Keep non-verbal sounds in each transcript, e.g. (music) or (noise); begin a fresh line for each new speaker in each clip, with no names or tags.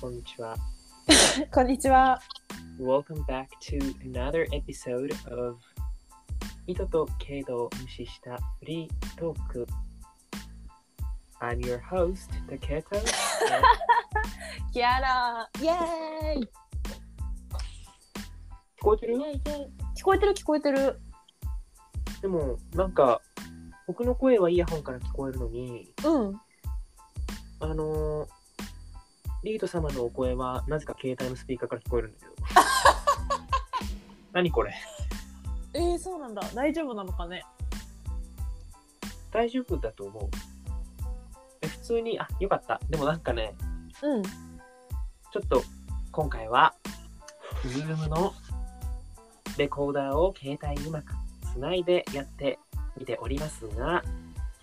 Konnichiwa.
こんにちは。
Welcome back to another episode of 人と経度を無視したフリートーク。I'm your host, Taketo.
キアライエーイ
聞こえてる
聞こえてる聞こえてる。
でも、なんか、僕の声はイヤホンから聞こえるのに、
うん。
あのー、リード様のお声はなぜか携帯のスピーカーから聞こえるんだけど。何これ
えー、そうなんだ。大丈夫なのかね。
大丈夫だと思う。え普通に、あ、よかった。でもなんかね、
うん。
ちょっと今回は Zoom のレコーダーを携帯にうまくつないでやってみておりますが、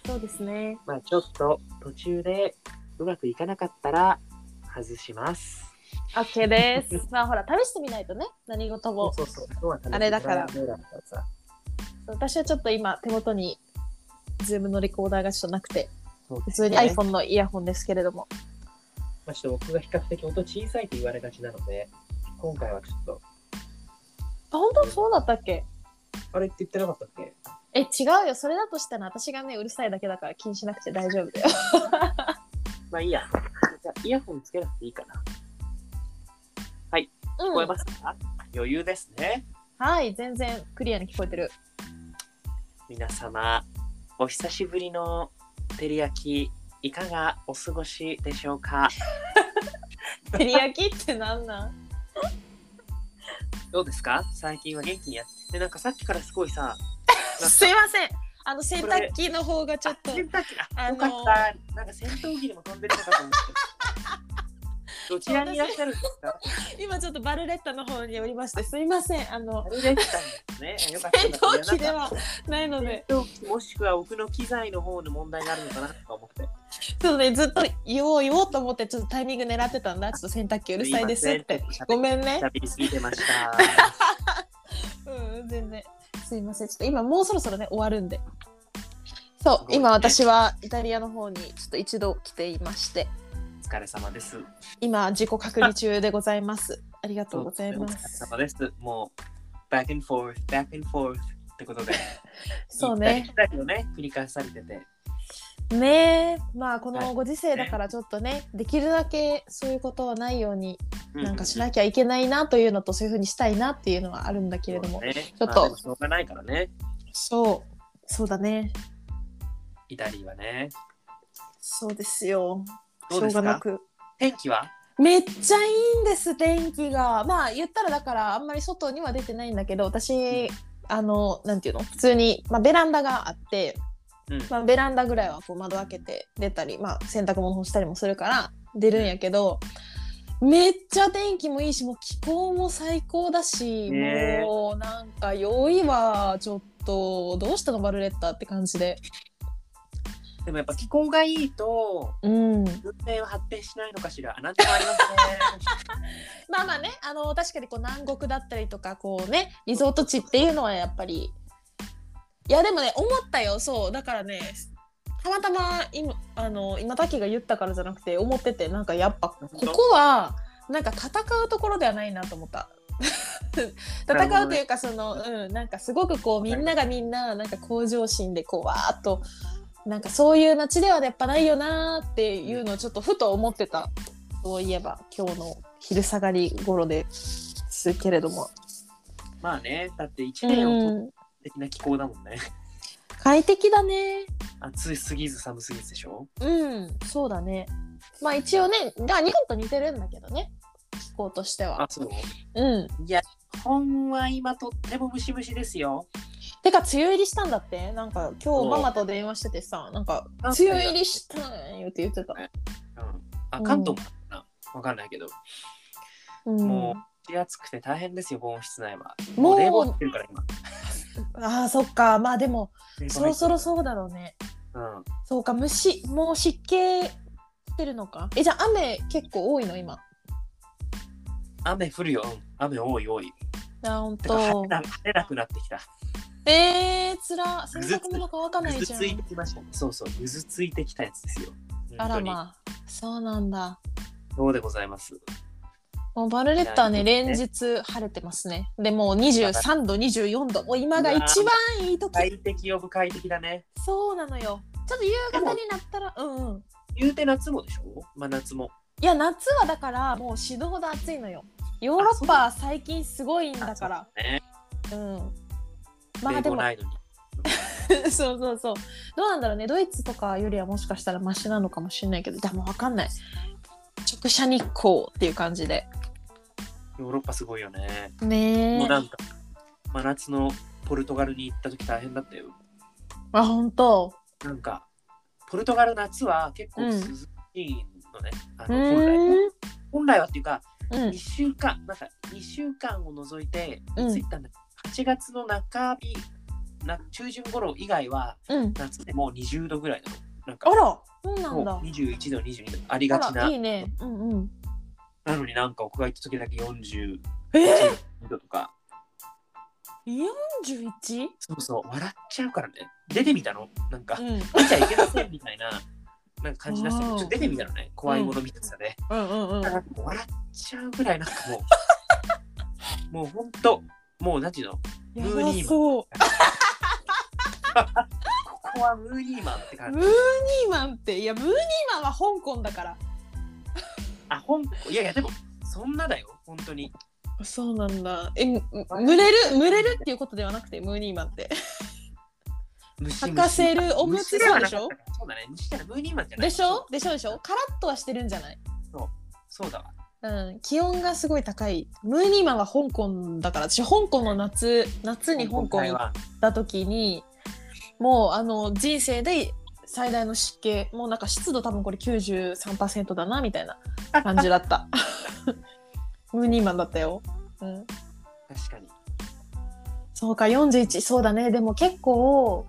そうですね。
まあ、ちょっと途中でうまくいかなかったら外します。
オッケー (laughs) です。まあほら試してみないとね。何事も。
そうそうそう
あれだから
どうだったさ
私はちょっと今手元に Zoom のレコーダーがちょっとなくて、
そう
普通に
ね
iPhone のイヤホンですけれども。
まあ、ちょっと僕が比較的音小さいと言われがちなので、今回はちょっと、
あ本当そうだったっけ
あれって言ってなかったっけ
え違うよ。それだとしたら私がねうるさいだけだから気にしなくて大丈夫だよ。
まあいいや。じゃあイヤホンつけなくていいかな。聞こえ
うん。
ますか、余裕ですね。
はい全然クリアに聞こえて (laughs) る。
皆様お久しぶりの照り焼きいかがお過ごしでしょうか
照り焼きってなんなん？
どうですか最近は元気にやってでなんかさっきからすごいさ
すいません。あの洗濯機の方がちょっと
あ。洗濯機あ
あ
よ
のー
かったなんか戦闘機でも飛んでるのかと思ってどちらにいらっしゃるんですか
今ちょっとバルレッタの方におりましてすいませんあの
あれでしたんですねよかった
戦闘機で
なんか
はないので
戦闘機もしくは僕の機材の方の問題があるのかなとか思って
そうねずっと言おう言おうと思ってちょっとタイミング狙ってたんだちょっと洗濯機うるさいですって
すいません
ごめんね
喋りすぎてました (laughs)
うん全然すいませんちょっと今もうそろそろね終わるんでそ
す
う
ごい
今私はイタリアの方にちょっと一度来ていまして
お疲れ様です
今自己隔離中でございますありがとうございます
お疲れ様です。もう、back and forth, back and forth ってことで、
そうね
行ったり来たりをね、繰り返されてて、
ねえまあこ
は
の
い
ご時世だからちょっとねできるだけそういうことはないようになんかし
い
なきゃいけないなというのとそういうふうにしたいなっていうのはあるんだけ
け
れども
ち
ょっと
しょうがないからね、
そうそうだね
イタリーはね。
そうですよ
どう
しょ
で
う
す
が
か
なく
天気は
めっちゃいいんです天気がまあ言ったらだからあんまり外には出てないんだけど私あのなんていうの普通に、まあ、ベランダがあって、
うん
まあ、ベランダぐらいはこう窓開けて出たり、まあ、洗濯物干したりもするから出るんやけど、めっちゃ天気もいいしもう気候も最高だし、
ねえ
もうなんか酔いはちょっとどうしたのバルレッタって感じで
でもやっぱ気候がいいと、
うん
運転は発展しないのかしら。あなんでもあります
(laughs)
ね。
まあまあねあの確かにこう南国だったりとかこうねリゾート地っていうのはやっぱりいやでもね思ったよそうだからねたまたま今あの今滝が言ったからじゃなくて思っててなんかやっぱここはなんか戦うところではないなと思った。
なるほ
戦
ど
う
ね
というかその、うん、なんかすごくこうみんながみんななんか向上心でこうわーっとなんかそういう街ではやっぱないよなーっていうのをちょっとふと思ってたそういえば今日の昼下がり頃ですけれども、
まあね、だって一年を通
う
っ
ん、
て的な気候だもんね。
快適だね
暑すぎず寒すぎずでしょ
うんそうだねまあ一応ねだから日本と似てるんだけどね気候として
あ
は、
そう。
うん
いや、日本は今とってもムシムシですよ。
てか梅雨入りしたんだってなんか今
そう
日ママと電話しててさなんか
関
梅
西だ
雨入りしたんよって言ってた、
うん、あ、関東もかなわかんないけど。
うん、
も蒸し暑くて大変ですよ、防音室内は。
もう
もう冷房入ってるから今。
あーそっかまあでも
冷房
そ
入
ろ
って
そ
る
ろそうだろうね
うん。
そうか虫もう湿気してるのかえじゃあ雨結構多いの今
雨降るよ。うん雨多い多い。
あ本
てか晴
当
れな晴れなくなってきた。
えー、つら洗
ぐずつ
濯物乾か
ぐ
ない
ず
じゃん
ついてきましたね。そうそう、ぐずついてきたやつですよ。
あ
本
ら
当に
まあそうなんだ
そうでございます。
もうバルレッタはね、
いやいい
連
です
日晴れてますね。でもう23度、24度、もう今が一番いい時。
快適オブ快適だね。
そうなのよ。ちょっと夕方になったら、うんうん。
言うて夏もでしょ真夏も。
いや、夏はだから、もう死ぬほど暑いのよ。ヨーロッパは最近すごいんだから。
ね。
うん。
ま
まあ
あ
で
で
も、
ないのに。
(laughs) そうそうそう。どうなんだろうね。ドイツとかよりはもしかしたらマシなのかもしれないけど、でもわかんない。直射日光っていう感じで。
ヨーロッパすごいよね。
ね
もう
え。
なんか、真夏のポルトガルに行った時大変だったよ。
あ、本当。
なんか、ポルトガルの夏は結構涼しいのね。あ
う
の本来は。
ん。
本来はっていうか、
うん
2。週間、なんか2週間を除いて、
うん
ついたんだ8月の中日、な中旬頃以外は
うん。
夏でもう20度ぐらいなの。なんか
あ、ら、そうなんだ
もう。21度、22度ありが
あ
ち
ら、
ない
い。ね。うんうん。
なのになんか屋外行った時だけ40
え
度とか。
四十一？
そうそう、笑っちゃうからね。出てみたのなんか
う、ん。
見ちゃいけませんみたいな。なんか感じだしたけ
う
ど、
ん
ちょっと出てみたのね。怖いもの見てたね。
うんうんうん。
なんかもう笑っちゃうぐらい、なんかもう、
(laughs)
もうほんと、もう何ていうの、ム
や
ー
ば
ニーマン
そ
ここはムーニーマンって
う。
感
ム
じ
ー。ニーマンっていやムーニーマンは香港だから。
あ、ほん、いやいや、でも、そんなだよ、本当に。
そうなんだ。え、むむれるむれるっていうことではなくてムーニーマンって。
虫
博士るオムツそう
虫は
でしょ
なかったそうだね、虫だね、ムーニーマンじゃない。
でしょ？でしょでしょ？カラッとはしてるんじゃない？
そうだわ。
うん、気温がすごい高いムーニーマンは香港だから私香港の夏夏に香港
台
行っ
湾
った時にもうあの人生で最大の湿気もうなんか湿度多分これ93%だなみたいな感じだった (laughs) ムーニーマンだったよ、うん、
確かに。
そうか41そうだねでも結構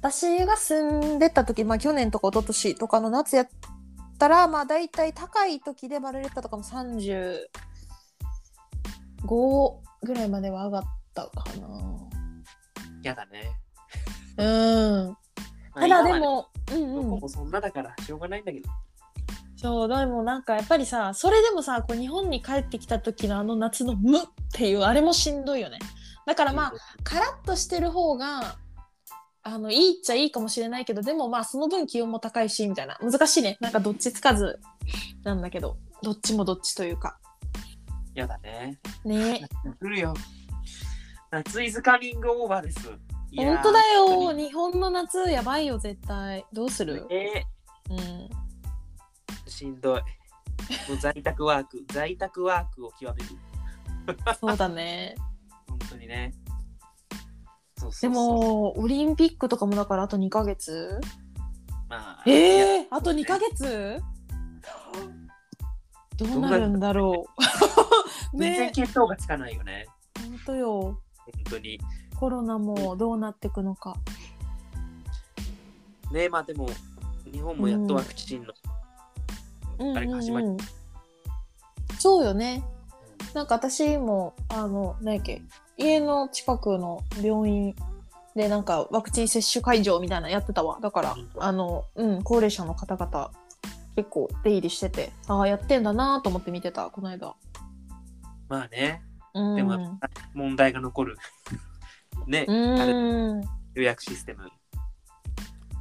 私が住んでた時、まあ、去年とか一昨年とかの夏やったらまあ大体高い時でバルレッタとかも35ぐらいまでは上がったか
嫌だね。
なうん
まあ
ただ
今
で
はね
も、う
ど
んう
こ
ん、
もそんなだからしょうがないんだけど。
そうでもなんかやっぱりさそれでもさこう日本に帰ってきた時のあの夏の「無」っていうあれもしんどいよねだからまあカラッとしてる方があのいいっちゃいいかもしれないけどでもまあその分気温も高いしみたいな難しいねなんかどっちつかずなんだけどどっちもどっちというか
嫌だね。
ね
来るよ。夏 is coming over です。いやー
本当だよ
本
日本の夏やばいよ絶対どうする
当、にえ
うん、
ーしんどい。もう在宅ワーク、在宅ワークを極める。
そう
(laughs)
だね
本当にね。そうそ
で
うそう
もオリンピックとかもだからあと2ヶ月
まあ、いや
ええあと2ヶ月どうなるんだろう。
全然
(laughs) ね
見当がつかないよね。
本当よ。
本当に。
コロナもどうなってくのか。
ねまあでも、日本もやっとワクチンの。
うん
あれが始まり
うんうんそうよね。なんか私も、あの、何やっけ、家の近くの病院でなんかワクチン接種会場みたいなのやってたわ。だから
うん、
あの、うん、高齢者の方々結構出入りしてて、ああ、やってんだなと思って見てた、この間。
まあね、
うん。
でもやっぱ問題が残る。 (laughs) ね、あれ
うん。
予約システム。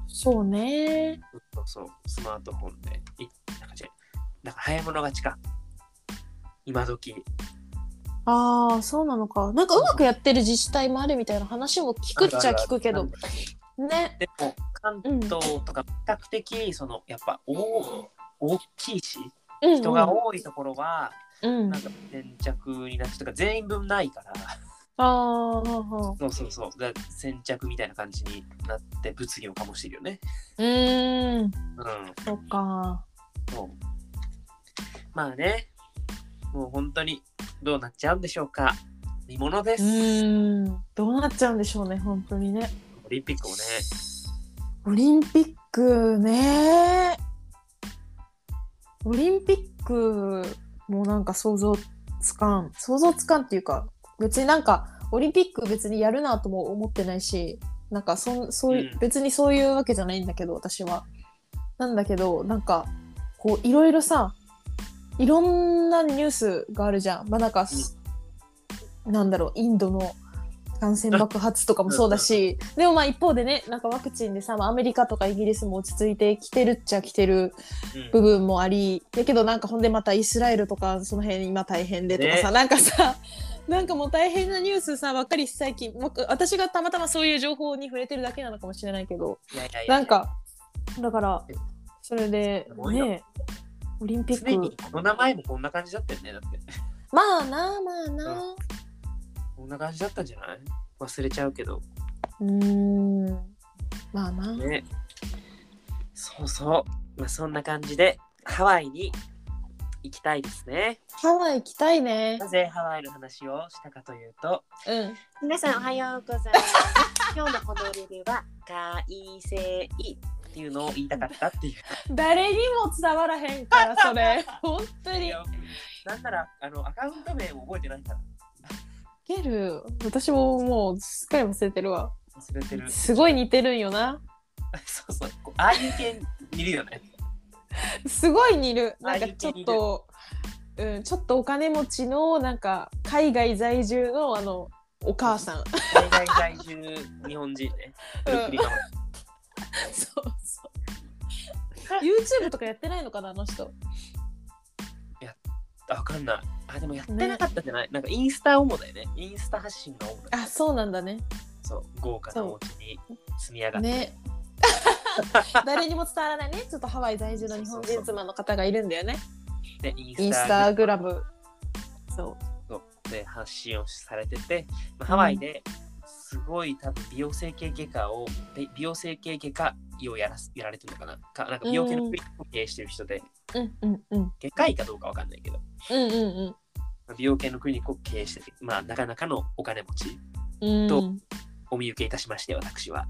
そうね。
そうそう、スマートフォンで。いなんか違うなんか早物勝ちか。今時
ああ、そうなのか。なんかうまくやってる自治体もあるみたいな話も聞くっちゃ聞くけ
あ
ど
る。
ね。
でも、関東とか比較的、その、やっぱ大、大きいし、
うんうん
人が多いところは、
うん。
な
あ
んか先着になってとか、全員分ない
(laughs)
から、
あー、はんはん
そうそうそう、だから先着みたいな感じになって、物議を醸してるよね。
うーん。
うん。
そっか。
そうまあね、もう本当にどうなっちゃうんでしょうか。見もので
う
す。オ
ーん。どうなっちゃうんでしょうね、本当にね。
リンピックもね、
オリンピックね。オリンピックもなんか想像つかん。想像つかんっていうか、別になんか、オリンピック別にやるなとも思ってないし、なんかそん、そういう
うん
別にそういうわけじゃないんだけど、私は。なんだけど、なんか、こう、いろいろさ、いろんなニュースがあるじゃん。まあなんかす、なんだろう、インドの感染爆発とかもそうだし、でもまあ一方でね、なんかワクチンでさ、まあアメリカとかイギリスも落ち着いてきてるっちゃきてる部分もあり、だけどなんかほんでまたイスラエルとかその辺今大変でとかさ、なんかさ、 (laughs) なんかもう大変なニュースさばっかり最近僕私がたまたまそういう情報に触れてるだけなのかもしれないけど、
いやいやいや
なんかだからそれです
ごいな
ねオリンピ
すでに
ック
この名前もこんな感じだったよねだって
まあなまあな
こんな感じだったんじゃない忘れちゃうけど
うーんまあな
ねそうそうまあそんな感じでハワイに行きたいですね
ハワイ行きたいね
なぜハワイの話をしたかというと
うん
皆さんおはようございます (laughs) 今日のこのレビューは快晴っていうのを言いたかったっていう
誰にも伝わらへんから
(laughs)
それ本当
い
にい
やなんならあのアカウント名を覚えてないから
ける私ももうすっかり忘れてるわ
忘れてる
すごい似てるんよな
そうそうこうああいう系いるよね
すごい似るなんか
あ似
ち
て
ょ
る
っとうんちょっとお金持ちのなんか海外在住のあのお母さん (laughs)
海外在住日本人ねブルックリンハワイ (laughs)
そうそう YouTube とかやってないのかなあの人
あわかんないあでもやってなかったじゃない、なんかインスタ主だよねインスタ発信が主だよ
あそうなんだね
そう豪華なお家に住み上がって、
ね (laughs) 誰にも伝わらないねちょっとハワイ在住の日本人妻の方がいるんだよね
でイン
インス
ス
タ
タ
グラムそ
で発信をされてて、まあ、ハワイですごい多分美容整形外科をで美容整形外科医をやらすやられてるのかなかなんか美容系のクリニックを経営してる人で、
ううんうんうん
外科医かどうかわかんないけど
うんうん
まあ美容系のクリニックを経営してて、まあ、なかなかのお金持ち
うん
と
うん
お見受けいたしまして私 (laughs) は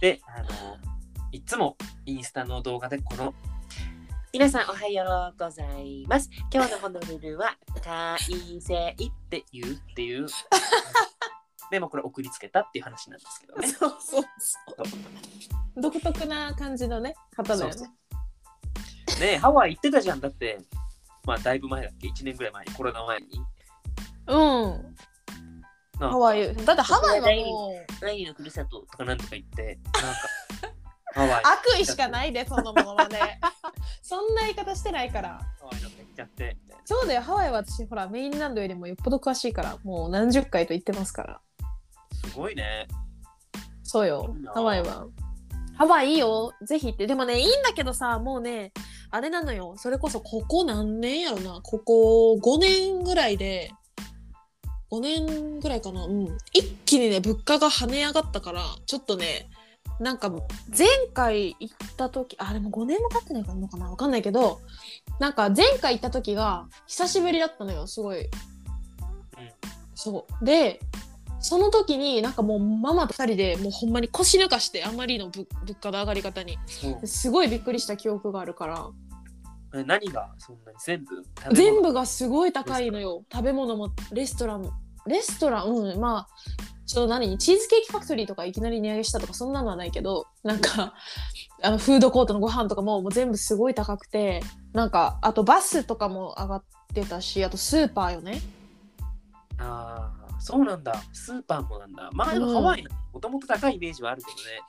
であのいつもインスタの動画でこの皆さんおはようございます今日のホノルルは快晴っていうっていう (laughs) でもこれ送りつけたっていう話なんですけどね
そうそうそう独特な感じのね方だよ
そう
ね
(laughs) ねえハワイ行ってたじゃんだってまあだいぶ前だっけ1年ぐらい前にコロナ前に
うん
な
ハワイだってハワイはもう
第二のふるさととかなんとか言ってなんか (laughs) ハワイ
悪意しかないでそのものまで (laughs) そんな言い方してないから
ハワイだって行っちゃってみたいな
そうだよハワイは私ほらメインランドよりもよっぽど詳しいからもう何十回と行ってますから
すごいね
そうよ
いいなあ
ハワイはハワイいいよぜひ行ってでもねいいんだけどさもうねあれなのよそれこそここ何年やろなここ5年ぐらいで5年ぐらいかなうん一気にね物価が跳ね上がったからちょっとねなんか前回行った時あでも5年も経ってないのかなわかんないけどなんか前回行った時が久しぶりだったのよすご
う
い
ん
そうでその時になんかもうママと2人でもうほんまに腰抜かしてあまりのぶ物価の上がり方に
そう
すごいびっくりした記憶があるから
え何がそんなに全部
全部がすごい高いのよ食べ物もレストランもレストランうんまあちょっと何チーズケーキファクトリーとかいきなり値上げしたとかそんなのはないけどなんかあのフードコートのご飯とかももう全部すごい高くてなんかあとバスとかも上がってたしあとスーパーよね
ああそうなんだスーパーもなんだまあで
う
も
ん
ハワイもともと高いイメージはあるけどね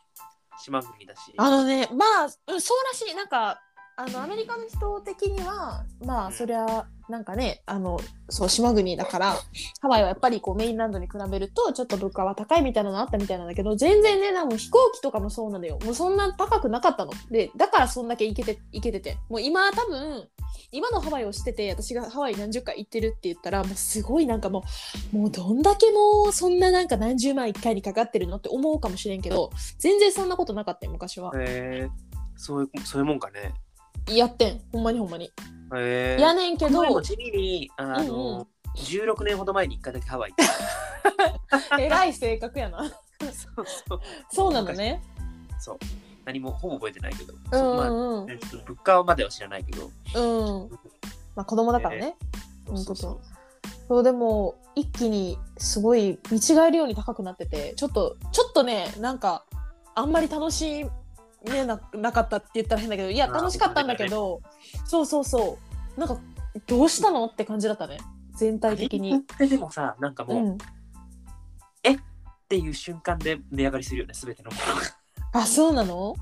島国だし
あのねまあうんそうらしいなんかあのアメリカの人的にはま
う
あ
ん
そりゃなんかねあのそう島国だからハワイはやっぱりこうメインランドに比べるとちょっと物価は高いみたいなのあったみたいなんだけど全然ねなんかもう飛行機とかもそうなのよもうそんな高くなかったのでだからそんだけ行けて行けててもう今多分今のハワイをしてて私がハワイ何十回行ってるって言ったらもうすごいなんかもうもうどんだけもうそんななんか何十万一回にかかってるのって思うかもしれんけど全然そんなことなかったよ昔は。
へえそういうそういうもんかね
やってんほんまにほんまに、
へえ
やねんけど
でも地味にあの、
うんうん
16年ほど前に1回だけハワイ行っ
えらい性格や (laughs) な
たそうそう
そうなのね
そう何もほぼ覚えてないけど、
う
そうんま
うんうん
あ、ねちょっと物価までは知らないけど
うんまあ子供だからね、
そうそう
ほん
そ
とそうでも一気にすごい見違えるように高くなっててちょっとちょっとねなんかあんまり楽しねななかったって言ったら変だけどいや
あー
楽しかったんだけど、そうそうそうなんかどうしたのって感じだったね全体的
リ
に
ン。クってでもさ、なんかもう、
う
っ
ん、
ていう瞬間で値上がりするよね、すべてのものが。い
あそうなの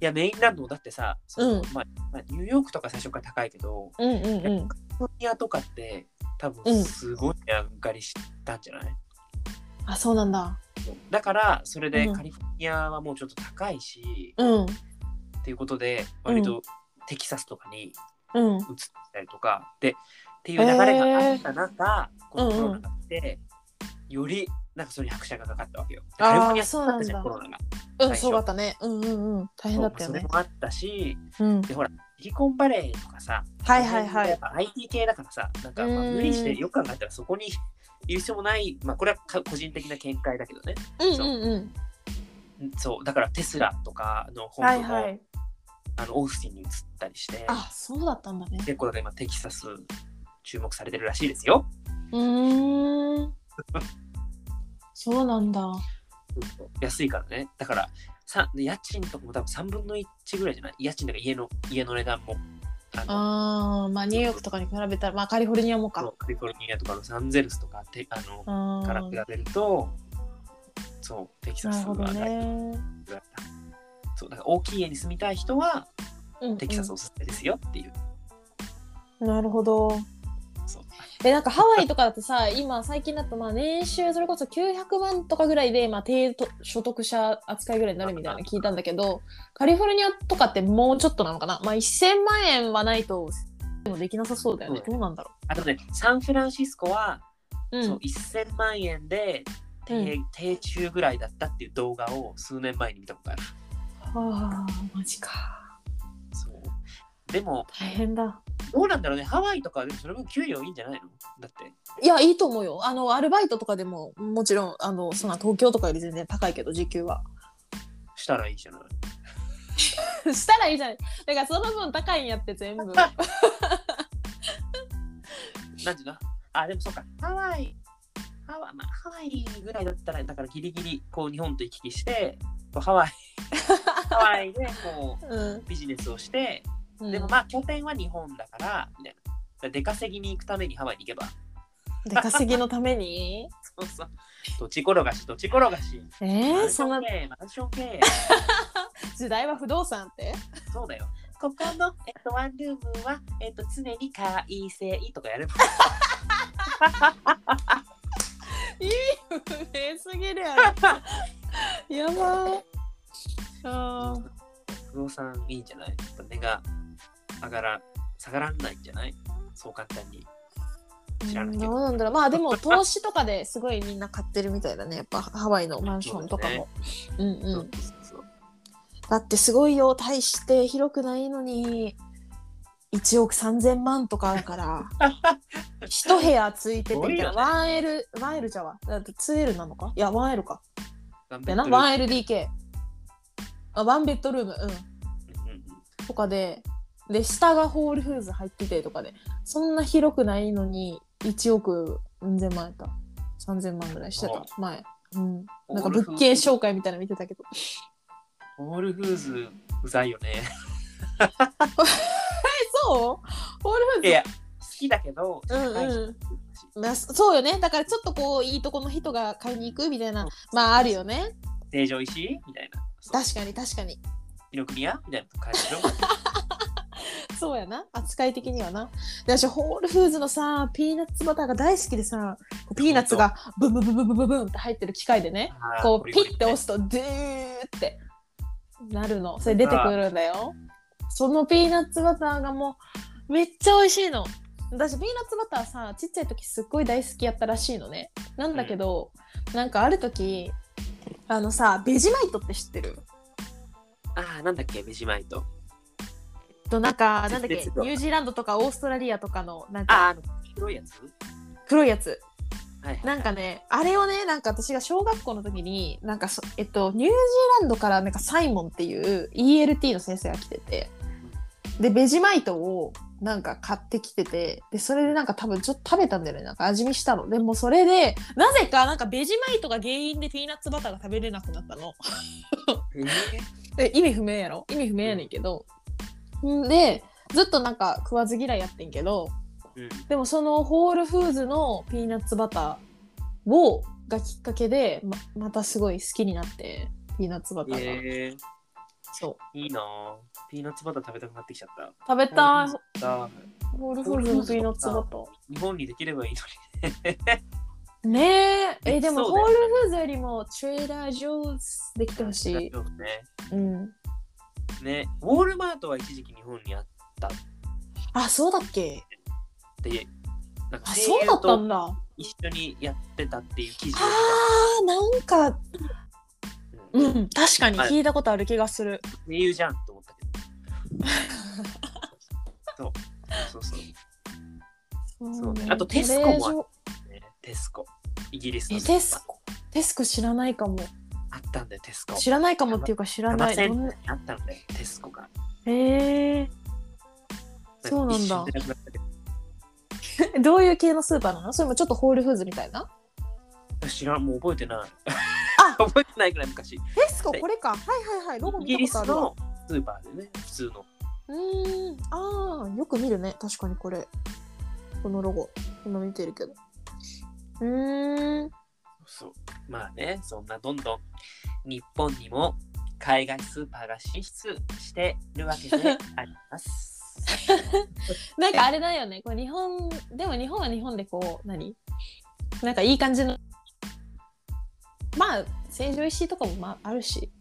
や、メインランドだってさ、その
うん
まあまあ、ニューヨークとか最初から高いけど、
うんうんうん。
カリフォルニアとかって多
うん
分すごい値上がりしたんじゃない、
あそうなんだ。
だからそれで
うん
カリフォルニアはもうちょっと高いし、
うん
っていうことで割とテキサスとかに移っ
うん
たりとかでっていう流れがあった中、このコロナが来て、よりなんかそれに拍車がかかったわけよ。
あー
カリフォルニアだったじゃん
そ
コ
うな
ロナが。
う
最
ん
初
そうだったね。うんうんうん大変だった
そう
よ
それ
ね。
もあったし
うん
でほらシリコンバレーとかさ、
はいはいは
やっ
い。
ぱ IT 系だからさなんかまあ
うん
無理してよく考えたらそこにいる必要もない、まあ、これはか個人的な見解だけどね。
うんうんうん。
そうだからテスラとかの本
は
部
い
も、
はい。
あのオースティンに移ったりして
あそうだったんだね。
結構だから今テキサス注目されてるらしいですよ。
うーん。 (laughs) そうなんだ。
安いからねだからさ家賃とかも多分3分の1ぐらいじゃない家賃だから家の家の値段もあの
あーまあニューヨークとかに比べたらまあカリフォルニアも
そ
か。
うカリフォルニアとかロサンゼルスとかてあの
あ
から
ー
比べるとそうテキサ
なる
ス
ほど
が
ね。
そうだから大きい家に住みたい人は
うんうん
テキサスおすすめですよっていう。
なるほど。
そう
えなんかハワイとかだとさ今最近だとまあ年収それこそ900万とかぐらいで、まあ、低所得者扱いぐらいになるみたいなの聞いたんだけどカリフォルニアとかってもうちょっとなのかな、まあ、1000万円はないとでもできなさそうだよね、
うん
どうなんだろ
あとねサンフランシスコは
う、う、
そうん1000万円で低,、
う
低中ぐらいだったっていう動画を数年前に見たことある。
はあマジか
そうでも
大変だ
どうなんだろうねハワイとかでもそれ分給料いいんじゃないのだって
いやいいと思うよあのアルバイトとかでももちろんあのそんな東京とかより全然高いけど時給は (laughs)
したらいいじゃない。
したらいいじゃないだからその分高いんやって
(laughs)
全部
なんていうのあでもそうかハワイハワ,、まあ、ハワイぐらいだったらだからギリギリこう日本と行き来してこうハ (laughs) ワイハワイでこ
うん
うビジネスをして
うん
でもまあ拠点は日本だからみたいな。だから出稼ぎに行くためにハワイに行けば。
出稼ぎのた
(laughs)
めに
そうそう。土地転がし、土地転がし。
え
マ
ー、
ンシ
そ
ョ
んな
ン経営、マンション経営。
時代は不動産って
そうだよ。 (laughs) ここの、えっと、ワンルームは、えっと、常に快晴とかやれば。
不明すぎるやろ (laughs) やばいあー
不動産いいんじゃないちょっと値が上がら、下がらないんじゃないそう簡単に。知ら
う
なんいけ
どう
ど。
なんだろうまあでも投資とかですごいみんな買ってるみたいだねやっぱハワイのマンションとかもう,、
そう
ん
うんそうそう
だってすごいよ大して広くないのに1億3000万とかだから
(laughs)
一部屋ついてて
すごいよね
1L1L じゃわだって 2L なのかいや 1L か
ワン
い
ベッ
や
ド
な
ルーム
1LDK あワンベッドルームうん
うんうん
とかでで下がホールフーズ入っててとかでそんな広くないのに1億うん千万やった3000万ぐらいして
あ
た前、うん、
ホールフーズ
なんか物件紹介みたいなの見てたけど (laughs)
ホールフーズ、うざいよね。
そうホール
い
フー
や、好きだけど、
うんうん
高いしっていう話
ズ、まあ、そうよねだからちょっとこういいとこの人が買いに行くみたいなまああるよね
成城石井みたいな。そう
確かに確かに
紀ノ国屋みたいな感じの。
そうやな扱い的にはなで私ホールフーズのさピーナッツバターが大好きでさピーナッツがブンブンブンブンブンブンブンって入ってる機械でね
あー
(laughs) こ
ゴ
う
リ
ピ
ゴリ
ッて押すとドゥーってなるのそれ出てくるんだよそのピーナッツバターがもうめっちゃ美味しいの私ピーナッツバターさちっちゃい時すっごい大好きやったらしいのねなんだけど、なんかある時あのさベジマイトって知ってる
ああ、なんだっけ、ベジマイト。
となんかなんだっけ
絶対違う
ニュージーランドとかオーストラリアとかのな
あ
ん
あ、
か
あの、黒いやつ
黒いやつ
はい。
なんかねあれをねなんか私が小学校の時になんかそ、えっと、ニュージーランドからなんかサイモンっていう ELT の先生が来ててでベジマイトをなんか買ってきててでそれでなんか多分ちょっと食べたんだよねなんか味見したのでもそれでなぜかなんかベジマイトが原因でピーナッツバターが食べれなくなったのえ意味不明やろ意味不明やねんけど、ん、でずっとなんか食わず嫌いやってんけど
うん
でもそのホールフーズのピーナッツバターをがきっかけでままたすごい好きになってピーナッツバターが、
えー
そう
いいなぁピーナッツバター食べたくなってきちゃった
食べたい
さあ
ホールフーズのピーナッツバター
日本にできればいいのに
ねええでも
そう
ホ
だ
ー
よ
ルフーズよりもトレーダー・ジョーズで
(laughs)
きてほしい、
ね
うん、
ねウォールマートは一時期日本にあっ
あそうだっけ
てなんか声
あそう
優
だった
と
んだあ
一緒にやってたっていう記事を
ーなんか
見た
う
うん
ん確かに
はい
聞いたことある気がする、
声優じゃんと思ったけど (laughs) そうそうそうそうねあとテスコもあるそう、ね、テスコイギリス
え
の
テスコテスコ知らないかも
あったんだよテスコ
知らないかもっていうか知らない
7000
どんな
あったんだよテスコが
へえそうなんだ
か一瞬でくなったけど
(laughs) どういう系のスーパーなのそれもちょっとホールフーズみたいな
知らんもう覚えてない
あ
(laughs) 覚えてないくらい昔イ
テスコこれかはいはいはいロゴ
ギ
見
リ
た
ス
ことあるわ
のスーパーでね普通の
うーんああよく見るね確かにこれこのロゴ今見てるけどうーん
そうまあねそんなどんどん日本にも海外スーパーが進出してるわけであります。
なんかあれだよねこう日本でも日本は日本でこう何なんかいい感じのまあ成城石井とかもまああるし、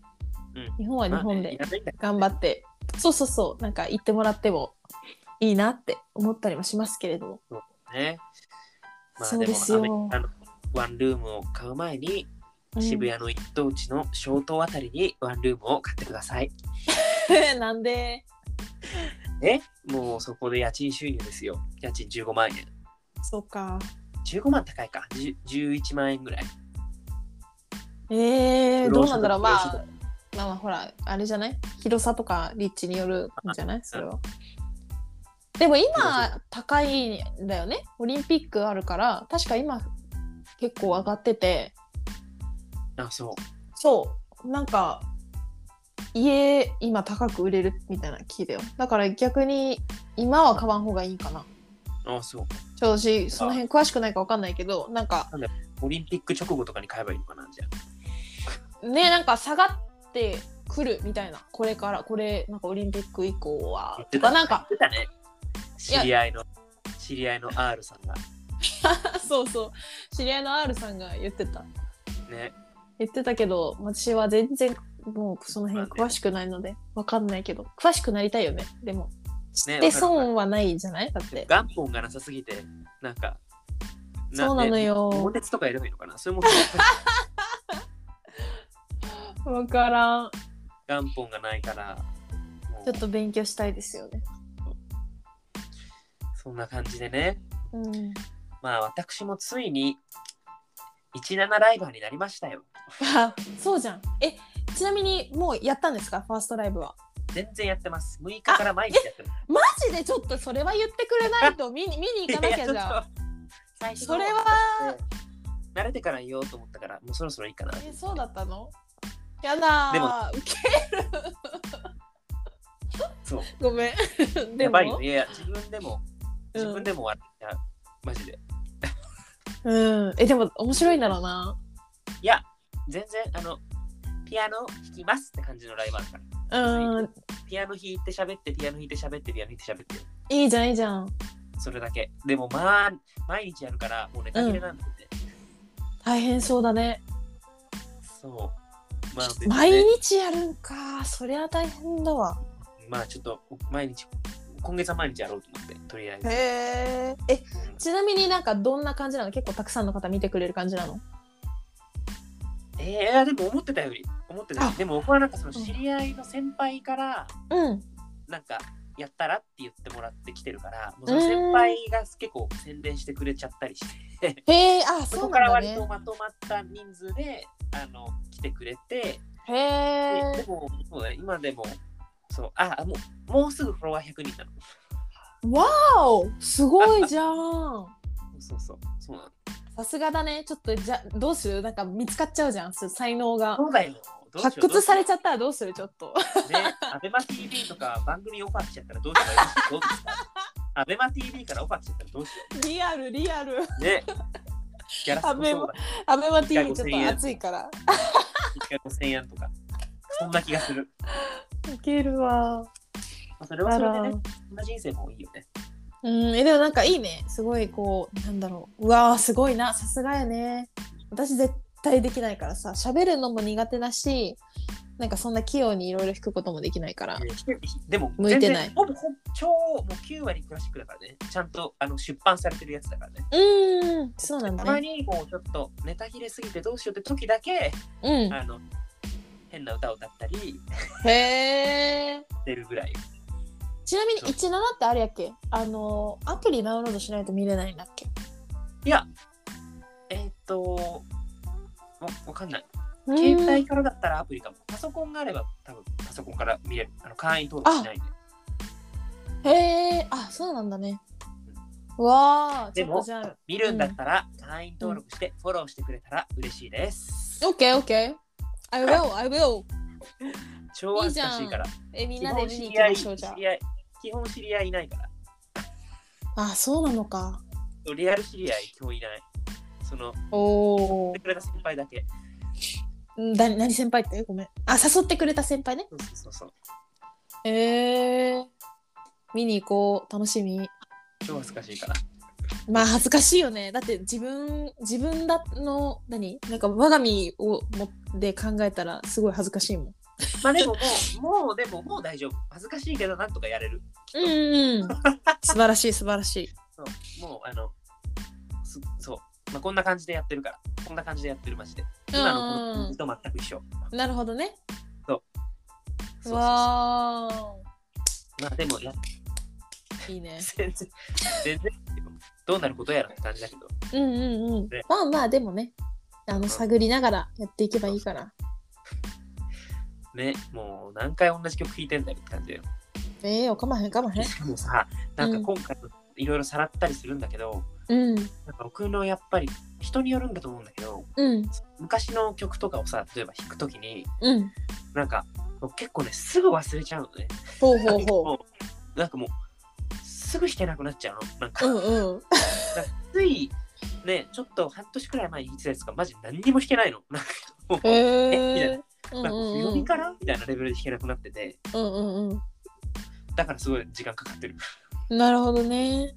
うん
(laughs) 日本は日本で頑張
て。
って、そうそうそうなんか行ってもらってもいいなって思ったりもしますけれども
ね、まあ
そう
で
で
も
す
アメリ
よ
カのワンルームを買う前に、渋谷の一等地の小島あたりにワンルームを買ってください。
谷 (laughs) なんで
えもうそこで家賃収入ですよ。家賃15万円。
そうか
15万高いか。10 11万円ぐらい。
えー、どうなんだろうま
不労所得
あまあまあほらあれじゃない広さとか立地によるんじゃないそれは。でも今高いんだよねオリンピックあるから確か今結構上がってて
あ、そ
そうなんか家今高く売れるみたいなの聞いたよだから逆に今は買わん方がいいかな
う。あ、そう。
ちょっと私その辺詳しくないか分かんないけどなんか
オリンピック直後とかに買えばいいのかなじゃあ。
ねなんか下がってくるみたいなこれからこれなんかオリンピック以降はとかなんか (laughs)
言ってたね。知り合いの、知り合いの R さんが。
そうそう知り合いの R さんが言ってた
ね。
言ってたけど私は全然もうその辺詳しくないのでわかんないけど詳しくなりたいよねでも知って損はないじゃないだって
元本がなさすぎて、なんか、
そうなのよ
ね、桃鉄とかやればいいのかなそれも
わからん
元本がないから、もう
ちょっと勉強したいですよね
そんな感じでね。
うん
まあ私もついに17ライバーになりましたよ。
あそうじゃんえちなみにもうやったんですかファーストライブは
全然やってます。6日から毎日やってます。
マジでちょっとそれは言ってくれないと見に見に行かなきゃじゃ
いや
ん
ちょっと最初
それは
だって慣れてから言おうと思ったから、もうそろそろいいかな。
えそうだったのやだー (laughs)
でも
ウケ
そう。
ごめん (laughs) で
や
も
ばいよね。いや、自分でも、
うん
自分でも笑っちゃう。マジで。
うんえでも面白いんだろうない
や、全然、あの、ピアノ弾きますって感じのライブあるから。
うん
ピアノ弾いて喋って、ピアノ弾いて喋って、ピアノ弾いて喋って。
いいじゃんいいじゃん
それだけ。でも、まあ、毎日やるから、もうネタ切れなんだって。
大変そうだね
そう。まあ、別にね
毎日やるんかそりゃ大変だわ
まあ、ちょっと、毎日、今月は毎日やろうと思って、とりあえず。
へえちなみになんかどんな感じなの結構たくさんの方見てくれる感じなの
えー、でも思ってたより、思ってたより
あ
でも、僕はなんかその知り合いの先輩から、
うん
なんかやったらって言ってもらってきてるからもうその先輩が結構宣伝してくれちゃったりして、
へえあ
そ
そ
こ
う
から
なんだ
割と
ね
まとまった人数であの来てくれて、
へ
で
え
でもそうだね今でもそうあもうもうすぐフォロワー100人なの
わおすごいじゃ
(laughs)
ん
そうそうそうそうなの
さすがだねちょっとじゃどうするなんか見つかっちゃうじゃんす才能が
そうだよどうしよう
発掘されちゃ
っ
ったらどうするちょっと (laughs)
たねアベマ TV とか番組オファーしちゃったらどうしようどうですかアベマ TV からオファーしちゃったらどうしよ
リアルリ
(laughs)
アル
うねやらせてもそうだね
アベマ
一回
TV ちょっ
5000円
と熱いから
一回5000円とかそんな気がする、
いけるわ
まあ、それはそれでね
あら
そんな人生もいいよね
うんえでもなんかいいねすごいこうなんだろううわーすごいなさすがやね私絶対できないからさ喋るのも苦手だしなんかそんな器用にいろいろ弾くこともできないから
でも
向いてない
全然ほぼほぼ超もう9割クラシックだからねちゃんとあの出版されてるやつだからね
うんそうなんだ
たま
ね
にもうちょっとネタ切れすぎてどうしようって時だけ、
うん
あの変な歌を歌ったり
へえ
してるぐらい
ちなみに17ってあれやっけあのアプリダウンロードしないと見れないんだっけ
えーっ、とわわかんない携帯からだったらアプリかもパソコンがあれば多分パソコンから見れるあの会員登録しないで
へえあそうなんだねわあち
で
ょっと
も
じゃあ
見るんだったら会員登録してフォローしてくれたら嬉しいです、
OKOK I will I will
超恥ずかしいから
えみん
基
なで
本
見
知
に行
り
き
合い
ましょうじゃ
知り合い基本知り合いいないから
ああそうなのか
リアル知り合い今日いないその来
おお
てくれた先輩だけ
だ何先輩ってごめんあ誘ってくれた先輩ね
そうそうそうそう
へえ見に行こう楽しみ
超恥ずかしいから
まあ恥ずかしいよねだって自分自分だの何なんか我が身を持って考えたらすごい恥ずかしいもん
まあでももう、もうでももう大丈夫。恥ずかしいけどなんとかやれる。
うんうん、素晴らしい素晴らしい。
そうもうあの、すそう。まあこんな感じでやってるから。こんな感じでやってるマジで。今のこの感じと全く一緒。
なるほどね。
そうそうそう
わ
まあでもや、
ーいいね。
全然、全然どうなることやらって感じだけど。
うんうんうん
ね。
まあまあでもね、あの探りながらやっていけばいいから。
ね、もう何回同じ曲聴いてんだよって感じだよ。
ええー、かまへんかまへん
し。かもさ、なんか今回いろいろさらったりするんだけど、
うん
なんか僕のやっぱり人によるんだと思うんだけど、
うん
昔の曲とかをさ、例えば弾くときに、
うん。
なんか僕結構ね、すぐ忘れちゃうのね。
ほうほうほ
もうなんかもうすぐ弾けなくなっちゃうのなん
う。
か、
う
なんか
んうん。
ついねちょっと半年くらい前に弾いてたやつがマジ何にも弾けないのなんかもう、
へ
え
え。うん
なんか
うん
強
う
み
ん。
からみたいなレベルで弾けなくなってて
うんうんう
だからすごい時間かかってる
ん。なるほどね。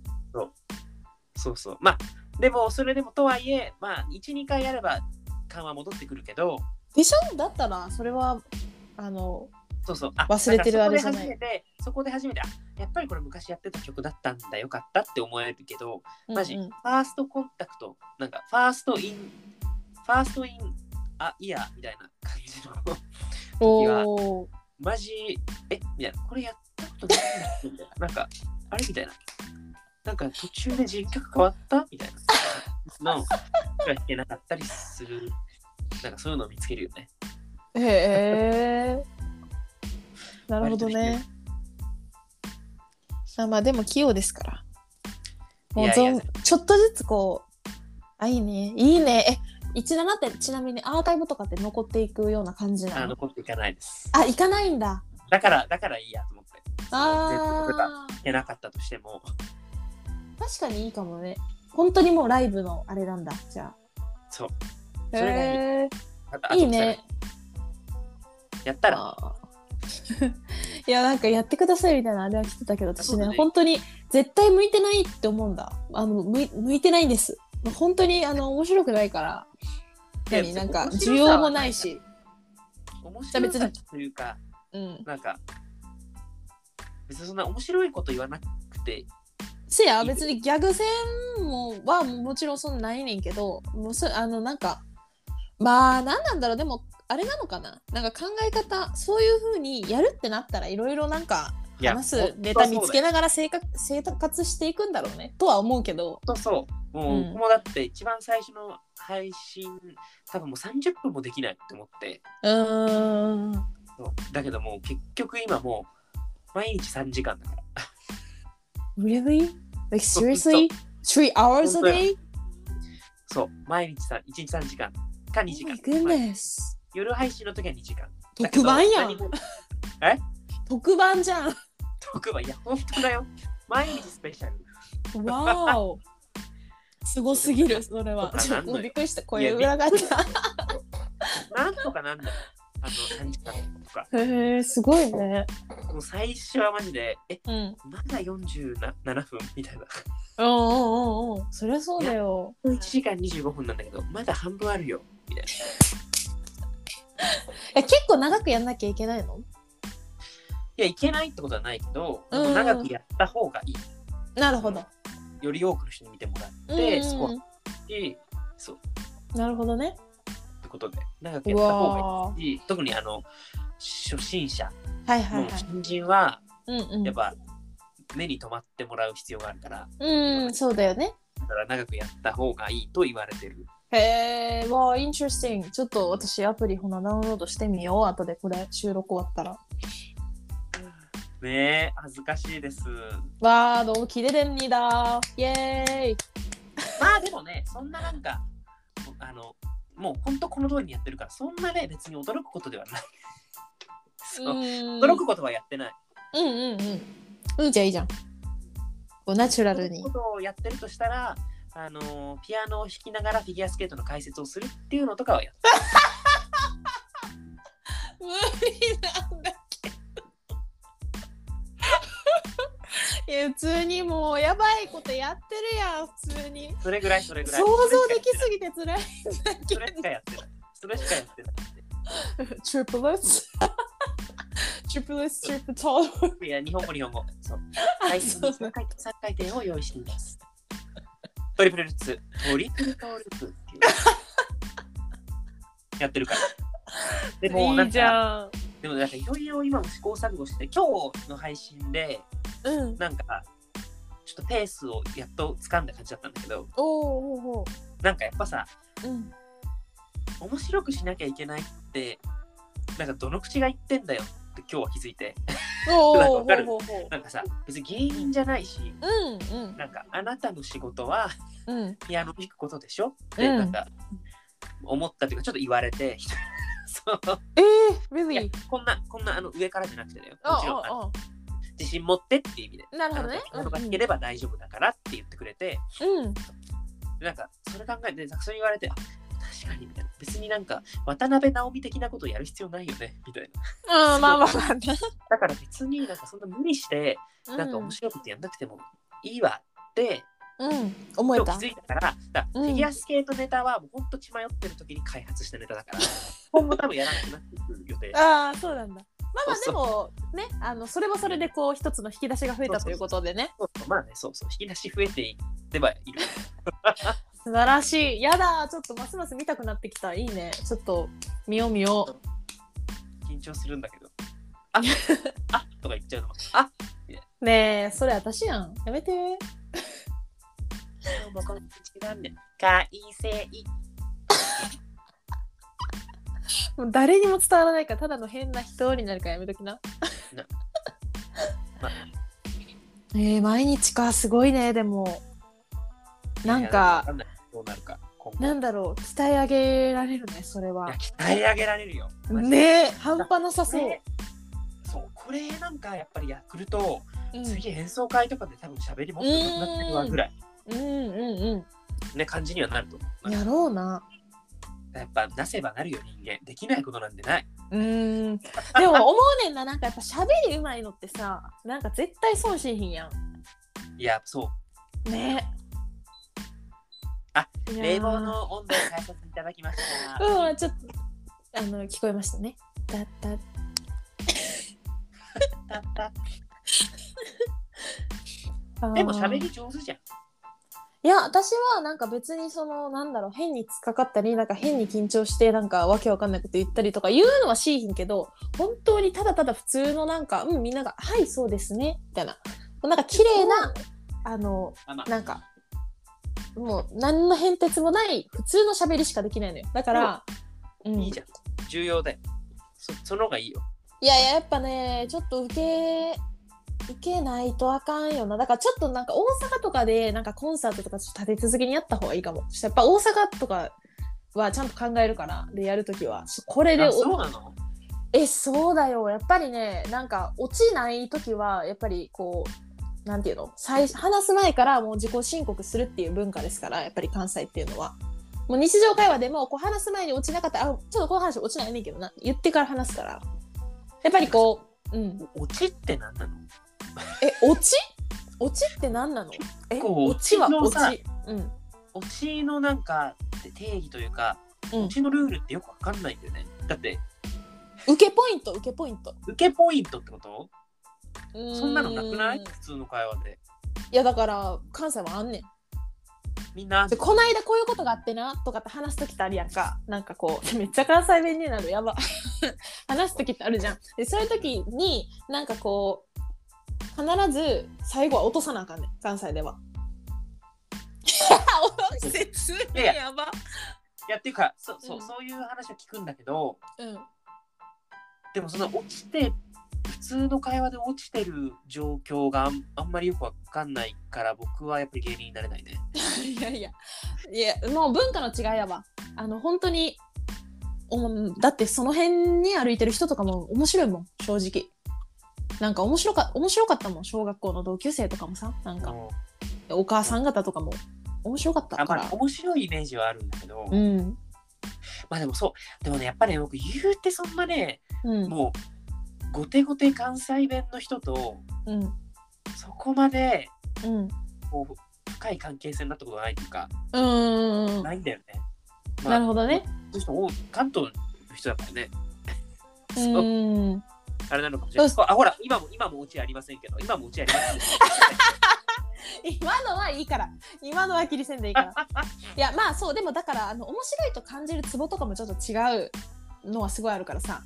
そうそうまあでもそれでもとはいえまあ12回やれば感は戻ってくるけど
でしょだったらそれはあの
そうそうあ
忘れてるあれじ
だ
ゃな
か
い
らそこで初めてそこで初めてあやっぱりこれ昔やってた曲だったんだよかったって思えるけど、マジ、
うんう
フ
ん
ァーストコンタクト、なんか、ファーストイン、ファーストイン、あ、イヤーみたいな感じの、
おお。
マジ、え、みたいな、これやったことないんだみたいな、なんか、あれみたいな、なんか途中で人格変わったみたいな、の、が弾けなかったりする、なんかそういうのを見つけるよね。
へえ。なるほどね。あまあでも器用ですから。もう
いやいや
存ちょっとずつこう、あ、いいね、いいね。え、17ってちなみにアーカイブとかって残っていくような感じ
あ
なの
残っていかないです。
あ、行かないんだ。
だから、だからいいやと思って、全部だ
ああ、
弾けなかったとしても、
確かにいいかもね。本当にもうライブのあれなんだ、じゃ
そう。
あ。
それがいい
へ
あと
え、いいね。。
あとやったら、
あー (laughs) いやなんかやってくださいみたいなあれは来てたけど私
そう
ね
だね
本当に絶対向いてないって思うんだあの向い向いてないんです本当にあの面白くないから
いや
何なんか
面白
需
さは
要もないし
面白さというか、
うん
なんか、別にそんな面白いこと言わなくて、
せや別にギャグ戦もはもちろんそんなないねんけどもうそあのなんかまあ何なんだろうでもあれなのかななんか考え方そういう風にやるってなったらいろいろなんか
いや
話
本
す
当
ネタ見つけ
そうだよ
ながら生活生活していくんだろうねとは思うけど
本当そう。もう、
うん
僕もだって一番最初の配信、多分もう30分もできないって思って、
うーん
だけどもう結局今もう、毎日3時間だから。
Really? Like
そう
seriously? Three hours
本
a
当よ
day?
そう、毎日さ、1日3時間か2
Oh my
時間。まあ
goodness.
夜配信の時は2時間。だけ
特
ど
番や
何
ん
も
特番じゃん。
特番、いや、本当だよ。毎日スペシャル。
わ (laughs) お。すごすぎる、それは。
そう
ちょ
な
っ
んだよ
とびっくりした、声裏があった。
なんとかなんだよ。あの、3時間とか。
へえ、すごいね。
もう最初はマジで、え、
うん。うん
まだ47分みたいな。
うんうんうん。そりゃそうだよ。
1時間25分なんだけど、まだ半分あるよ。
え、結構長くやんなきゃいけないの
いや、いけないってことはないけど、
うん
もう長くやった方がいい。
なるほど。
より多くの人に見てもらっ
うんうん
て、
うん
スコアし、そう、
なるほどね。
ってことで、長くや
う
った方が
わー
いいし。特にあの、初心者、
はいはい
も
は
う
い。
新人は、
うんうん
やっぱ、目に留まってもらう必要があるから、
うん、そうだよね。
だから長くやった方がいいと言われてる。
へえ、わあ、interesting。ちょっと私アプリほなダウンロードしてみよう。後でこれ収録終わったら。
ねえ、恥ずかしいです。
わあ、どうもキレデンにだ。イエーイ。
まあでもね、そんななんか、あの、もう本当この通りにやってるから、そんなね、別に驚くことではない。そう
うん
驚くことはやってない。
うんうんうん。うんじゃあいいじゃん。こうナチュラル
驚
に
くこ。とをやってるとしたら、あのピアノを弾きながらフィギュアスケートの解説をするっていうのとかはやって
無理なんだけど。 (laughs) いや普通にもうやばいことやってるやん普通に
それぐらいそれぐらい
想像できすぎて辛いん (laughs) だ
それしかや
け
ってないそれしかやってない
どトリプルストリプルストリプルトール
いや日本語日本語そう
あ
回
そう
3回転三回転を用意していますトリプルルッツトリプルトーループっていうやってるからでもなんか
いいじゃん
でもなんかいろいろ今も試行錯誤して今日の配信で
うん
なんかちょっとペースをやっと掴んだ感じだったんだけど
おーおーお
なんかやっぱさ
ーうん
面白くしなきゃいけないってなんかどの口が言ってんだよって今日は気づいて
おーお
わかる
ーおーおー
なんかさ別に芸人じゃないし
うんうん
なんかあなたの仕事は
うん
ピアノを弾くことでしょって
うん
なんか思ったというかちょっと言われて (laughs) そう
えー
いや
really
こんなこんなあの上からじゃなくてだよ
あ
もちろんあの
あ
自信持ってっていう意味で。
あなる
あ
ほど
な
ね
たのが弾ければ大丈夫だからって言ってくれて、
うんうん
でなんかそれ考えてなんかそれ言われてあ確かにみたいな別になんか渡辺直美的なことやる必要ないよねみたいな
あーまあまあまあね
だから別になんかそんな無理してなんか面白いことやんなくてもいいわって、
うん、うん、思え
今
た
日気づいたからだから
うん
フィギュアスケートネタはもうほんと血迷ってる時に開発したネタだ
(laughs)
から今後多分やらなくなっていく予定
ああそうなんだまあまあ
そ
で
う
もねあのそれはそれでこう一つの引き出しが増えたということでね
そうそうまあねそうそう引き出し増えていってはいる
素晴らしいやだちょっとますます見たくなってきたいいねちょっと見よう見よう
緊張するんだけ
(laughs)
どああとか言っちゃうのもあ
ねえそれ私やんやめて
もうこの口なんで改正
もう誰にも伝わらないからただの変な人になるからやめときな
な
えー、毎日かすごいねでもなん
わか
か
んないどうなるか今後
なんだろう鍛え上げられるねそれはい
や鍛え上げられるよマジで
ねえ半端なさそう、
ねそうこれなんかやっぱりやくると、
うん
次演奏会とかで多分喋りもっとなくなってるわぐらい
うんうんう
ね感じにはなると思う、
ん
ま
やろうな
あやっぱなせばなるよ人間できないことなんてない
うんでも思うねんななんかやっぱ喋りうまいのってさなんか絶対損しひんや
いやそ
んね
あ
いうやー
冷房の温度を解説いただきました
うんちょっとあの聞こえましたねだった
たった
あー
でも喋り上手じゃん
いや私はなんか別にそのなんだろう変に突っかかったりなんか変に緊張してなんかわけわかんないこと言ったりとか言うのはしいひんけど本当にただただ普通のなんかうんみんなが「はいそうですね」みたいななんか綺麗なあの
あまあ
なんかもう何の変哲もない普通の喋りしかできないのよだから、うん、
いいじゃん重要だよそその方がいいよ
いやいややっぱねちょっと受け受けないとあかんよなだからちょっとなんか大阪とかでなんかコンサートとかちょっと立て続けにやった方がいいかもちょっとやっぱ大阪とかはちゃんと考えるからでやるときはちょこれで
あ
お
そうなの
えそうだよやっぱりねなんか落ちない時はやっぱりこうなんていうの最初話す前からもう自己申告するっていう文化ですからやっぱり関西っていうのはもう日常会話でもこう話す前に落ちなかったらあちょっとこの話落ちないねんけどな言ってから話すからやっぱりこう、うん、
お落ちって何なの
え落ち落ちって何なのえ
結構
落ちは
落
落
ちのさ
ち、うん
落ちのなんか定義というか、
うん
落ちのルールってよくわかんないんだよねだって
受けポイント受けポイント
受けポイントってことそ
そ
んなのなくない
い
普通の会話で
やだから関西はあんねん
みんな
でこの間こういうことがあってなとかって話す時ってあるやんかなんかこう (laughs) めっちゃ関西弁になるやば (laughs) 話す時ってあるじゃんでそういう時になんかこう必ず最後は落とさなあかんねん関西で
(laughs)
は (laughs) 切
いやいや
やば
いやっていうかそそううんそういう話は聞くんだけど、
うん
でもその落ちて普通の会話で落ちてる状況があんあんまりよくわかんないから僕はやっぱり芸人になれないね。
いやいやいやもう文化の違いやわあの本当におだってその辺に歩いてる人とかも面白いもん正直なんか面白か面白かったもん小学校の同級生とかもさなんか
うん
お母さん方とかも面白かった
あ
か
ま
ら
あ、面白いイメージはあるんだけど、
うん
まあでもそうでもねやっぱり、ね、僕言うてそんなね
うん
もうゴテゴテ関西弁の人と
うん
そこまで
うん
こう深い関係性になったことがないというか、
うん
ないんだよね。ま
なる
あ、
ほどね
どうしてもお関東の人だからね。
う
そうんあれなのかもしれない
そ。
あほら今も今も落ちありませんけど今も落ちありませんけ
(laughs)
ど。
今のはいいから今のは切りせんでいいからいやまあそうでもだからあの面白いと感じるツボとかもちょっと違うのはすごいあるからさ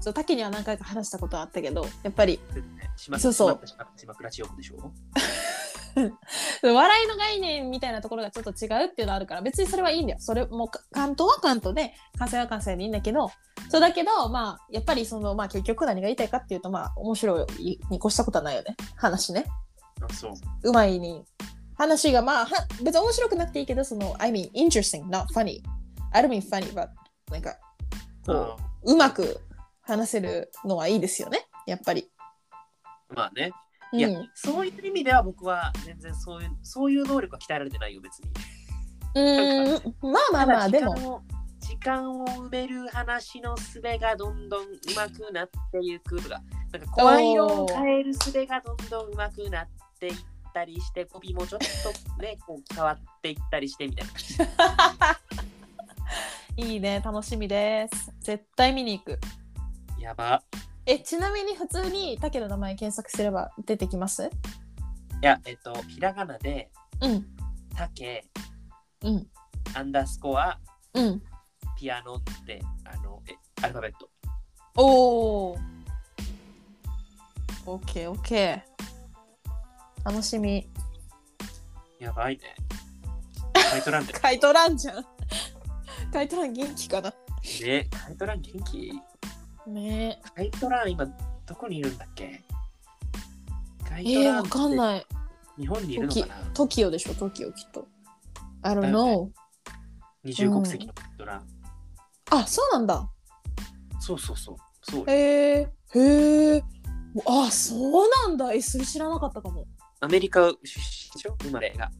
そう滝には何回か話したことはあったけどやっぱり
島
そうそう
島倉島倉千代子でしょ
笑いの概念みたいなところがちょっと違うっていうのはあるから別にそれはいいんだよそれもか関東は関東で関西は関西でいいんだけどそうだけどまあやっぱりそのまあ結局何が言いたいかっていうとまあ面白いに越したことはないよね話ね
あそう
うまいに話がまあは別に面白くなくていいけどその I mean interesting not funny I don't mean funny but なんかこううまく話せるのはいいですよねやっぱり、
うんまあね
うん、
いや、そういう意味では僕は全然そういうそういう能力は鍛えられてないよ別に
うーんまあまあまあ
た
で
だ時間
も
を時間を埋める話の術がどんどん上手くなっていくとかなんか声色を変える術がどんどん上手くなっていったりしてコピもちょっとねこう変わっていったりしてみたいない
いね楽しみです絶対見に行く
やば
えちなみに普通にタケの名前検索すれば出てきます
いやえっとひらがなで
うん
竹
うん
アンダースコア
うん
ピアノってあのえアルファベット
おお OKOK 楽しみ
やばいね。カイトラン
(laughs)
で。
カイトランじゃん。カイトラン元気かな。
ね、カイトラン元気
ね
カイトラン今どこにいるんだっけカ
え。
イ
え
トラ
ー、
ン
わ
って
かんない。
日本にいるのかな
TOKIO でしょ、TOKIO きっと。I
だ
don't
よ
know。
?20 国籍のカイトラン。
あ、そうなんだ。
そうそうそう。そうよ
へえ。へえ。あ、そうなんだ。え、それ知らなかったかも。
アメリカ出身でしょ生まれが。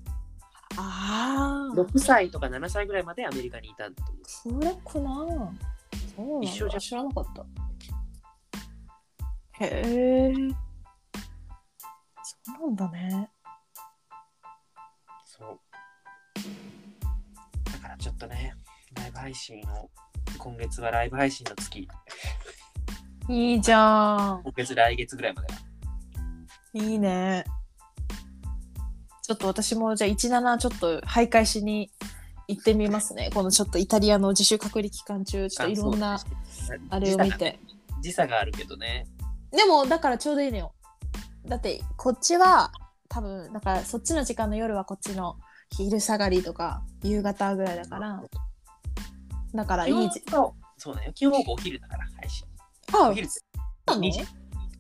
ああ。
6歳とか7歳ぐらいまでアメリカにいたんだと思う。
それかな。そうなんだ。
一緒じゃん
知らなかった。へえ。そうなんだね。
そう。だからちょっとね、ライブ配信を、今月はライブ配信の月、
いいじゃん。
今月来月ぐらいまでは。
いいね。ちょっと私もじゃあ17ちょっと徘徊しに行ってみますね。このちょっとイタリアの自主隔離期間中、ちょっといろんな
あそう
あれを見て。
時差があるけどね。
でもだからちょうどいいのよ。だってこっちは多分だからそっちの時間の夜はこっちの昼下がりとか夕方ぐらいだから。だからいいじ
そうそうだよ。基本僕お昼だから配信。
あ
お昼
そうなの
2時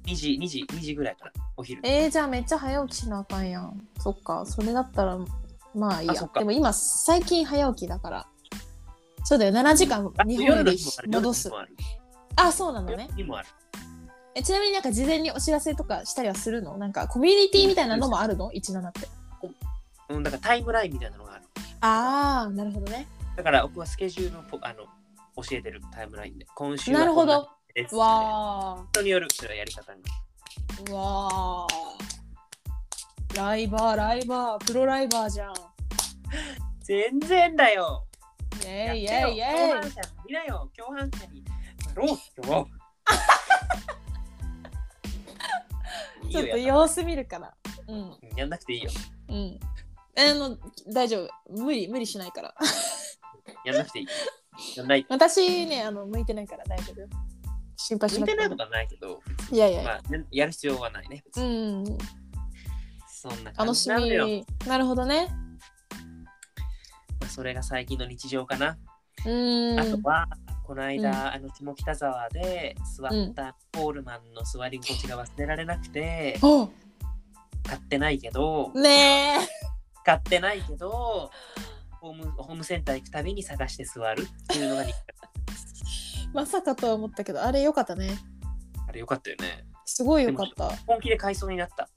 2時、2時、2時ぐらいから、お昼。
えー、じゃあめっちゃ早起きしなあかんやん。そっか、それだったら、まあいい
あそ
や
っ。か
でも今、最近早起きだから。そうだよ、7時間
あ
日
夜
本
の
で
日もある
戻す
夜。の日も
あ、そうな
あ
の
る
ね
夜。の日もある。
えちなみになんか事前にお知らせとかしたりはするのなんかコミュニティみたいなのもあるの ?17 って。
うん、だからタイムラインみたいなのがある。
ああ、なるほどね。
だから僕はスケジュールをぽあの教えてるタイムラインで。今週は
なるほ
こん
ど。
日です。
わ
人による、それはやり方に。
ー。わー。ライバー、ライバー、プロライバーじゃん。
全然だよ。
イェイイ
やっ
ェイ
て
イ
よ
ェ
共犯
イ。
者見なよ。共犯者
(laughs)
になろうよ。いい
ちょっと
や
様子見るから。うん。
んやんなくていいよ。
うん。あの大丈夫無理無理しないから (laughs)
やんなくていい。やんない。
私ねあの向いてないから大丈夫よ心配し
向い
な
てないこ
くて
とはないけど、
いやいやいや、
まあ、ややる必要はないね。別
う
に
ん
そんな感
楽
じ
し
なのよ。
みなるほどね
まあそれが最近の日常かな。
うん
あとは、この間、
うん
あの下北沢で座ったポールマンの座り心地が忘れられなくて、
お
買ってないけど、
ね
買ってないけど、ホームホームセンター行くたびに探して座るっていうのが日課、
え (laughs) まさかとは思ったけどあれよかったね
あれよかったよね。
すごいよかった
本気で買いそうになった。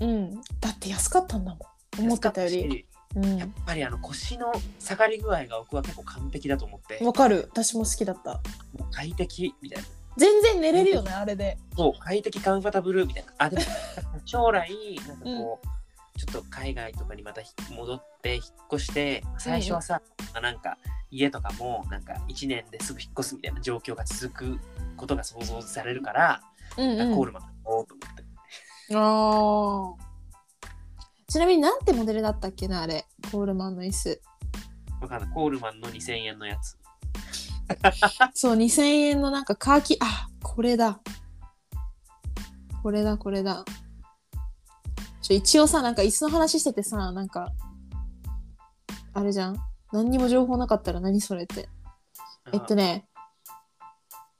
うんだって安かったんだもん思ってたより
り。
う
やっ
ん
ぱりあの腰の下がり具合が僕は結構完璧だと思って、
わかる私も好きだった
もう快適みたいな。
全然寝れるよねあれで
そう、快適カンファタブルみたいな。あ、でも、将来、なんかこう、ちょっと海外とかにまたひ戻って、引っ越して、最初はさ、まあなんか、家とかも、なんか、1年ですぐ引っ越すみたいな状況が続くことが想像されるから、
うん
コー
うん
ルマン買おうと思って。
あーちなみになんてモデルだったっけなあれコールマンの椅子
わかんない。コールマンの2000円のやつ。
そう、2000円のなんかカーキ、あ、これだ。これだ、これだ。ちょ、一応さ、なんか椅子の話しててさ、なんか、あれじゃん何にも情報なかったら何それって。えっと
ね、
ね、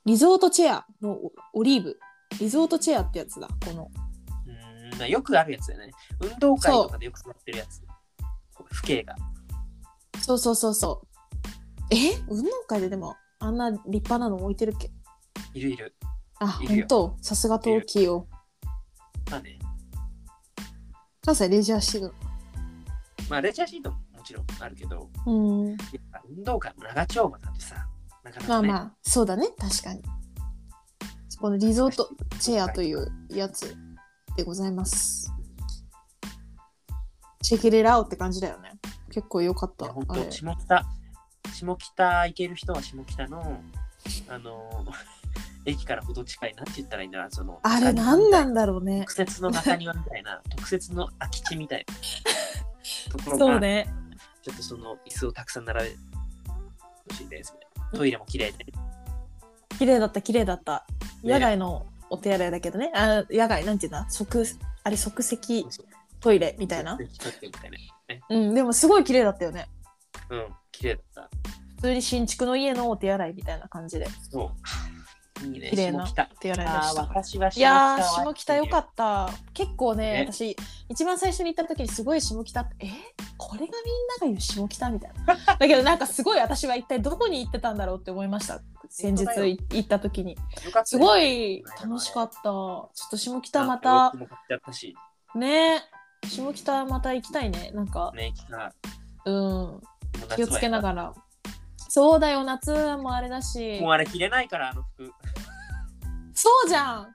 リゾートチェアのオオリーブ。リゾートチェアってやつだ、この。
うーんまあ、よくあるやつだよね。運動会とかでよく座ってるやつ。不景が。
そうそうそうそう。え運動会ででも、あんな立派なの置いてるっけ
いるいる。
あ、
いる
ほ
よ
んとさすが東京。
まあね。
関西レジャーシー
まあ、レジャーシートももちろんあるけど、
ド。うん。
やっぱ運動会も長丁場だとさ、なかな
ま
か、
あ
ね、
まあ、そうだね、確かに。このリゾートチェアというやつでございます。チェケレラオって感じだよね。結構良かっ
い
た。
や本
あれ
当下北下北行ける人は下北のあの (laughs) 駅からほど近いなんて言ったらいいんだろうその
あれ何なんだろうね
特。設の中庭みたいな特設の空き地みた
(laughs)
いなところが
そうね。
ちょっとその椅子をたくさん並べてほしいですねトイレも綺麗で
綺麗だった、綺麗だった。野外のお手洗いだけどね。あ野外、なんていうんだ即、あれ、即席トイレみ
み
たいな。
みたいな
うん、でもすごい綺麗だったよね。
うん綺麗だった
普通に新築の家のお手洗いみたいな感じで。 (laughs)
そういいね
綺麗な
下北
お手洗いで
あ
し
ー
た。
私はい
やー下北よか
っ
った結構ね
ね
私一番最初に行った時にすごい下北ってえこれがみんなが言う下北みたい
(laughs)
なだけどなんかすごい私は一体どこに行ってたんだろうって思いました先日
本当だよ
い行った時に
たよかった
すごい楽しかったちょっと下北ま
洋
た
服も買っちゃったし
ね下北また行きたいねなんか
ね行きた
うん
いもう夏は
気をつけながらそうだよ夏もあれだし
もうあれ着れないからあの服。
そうじゃん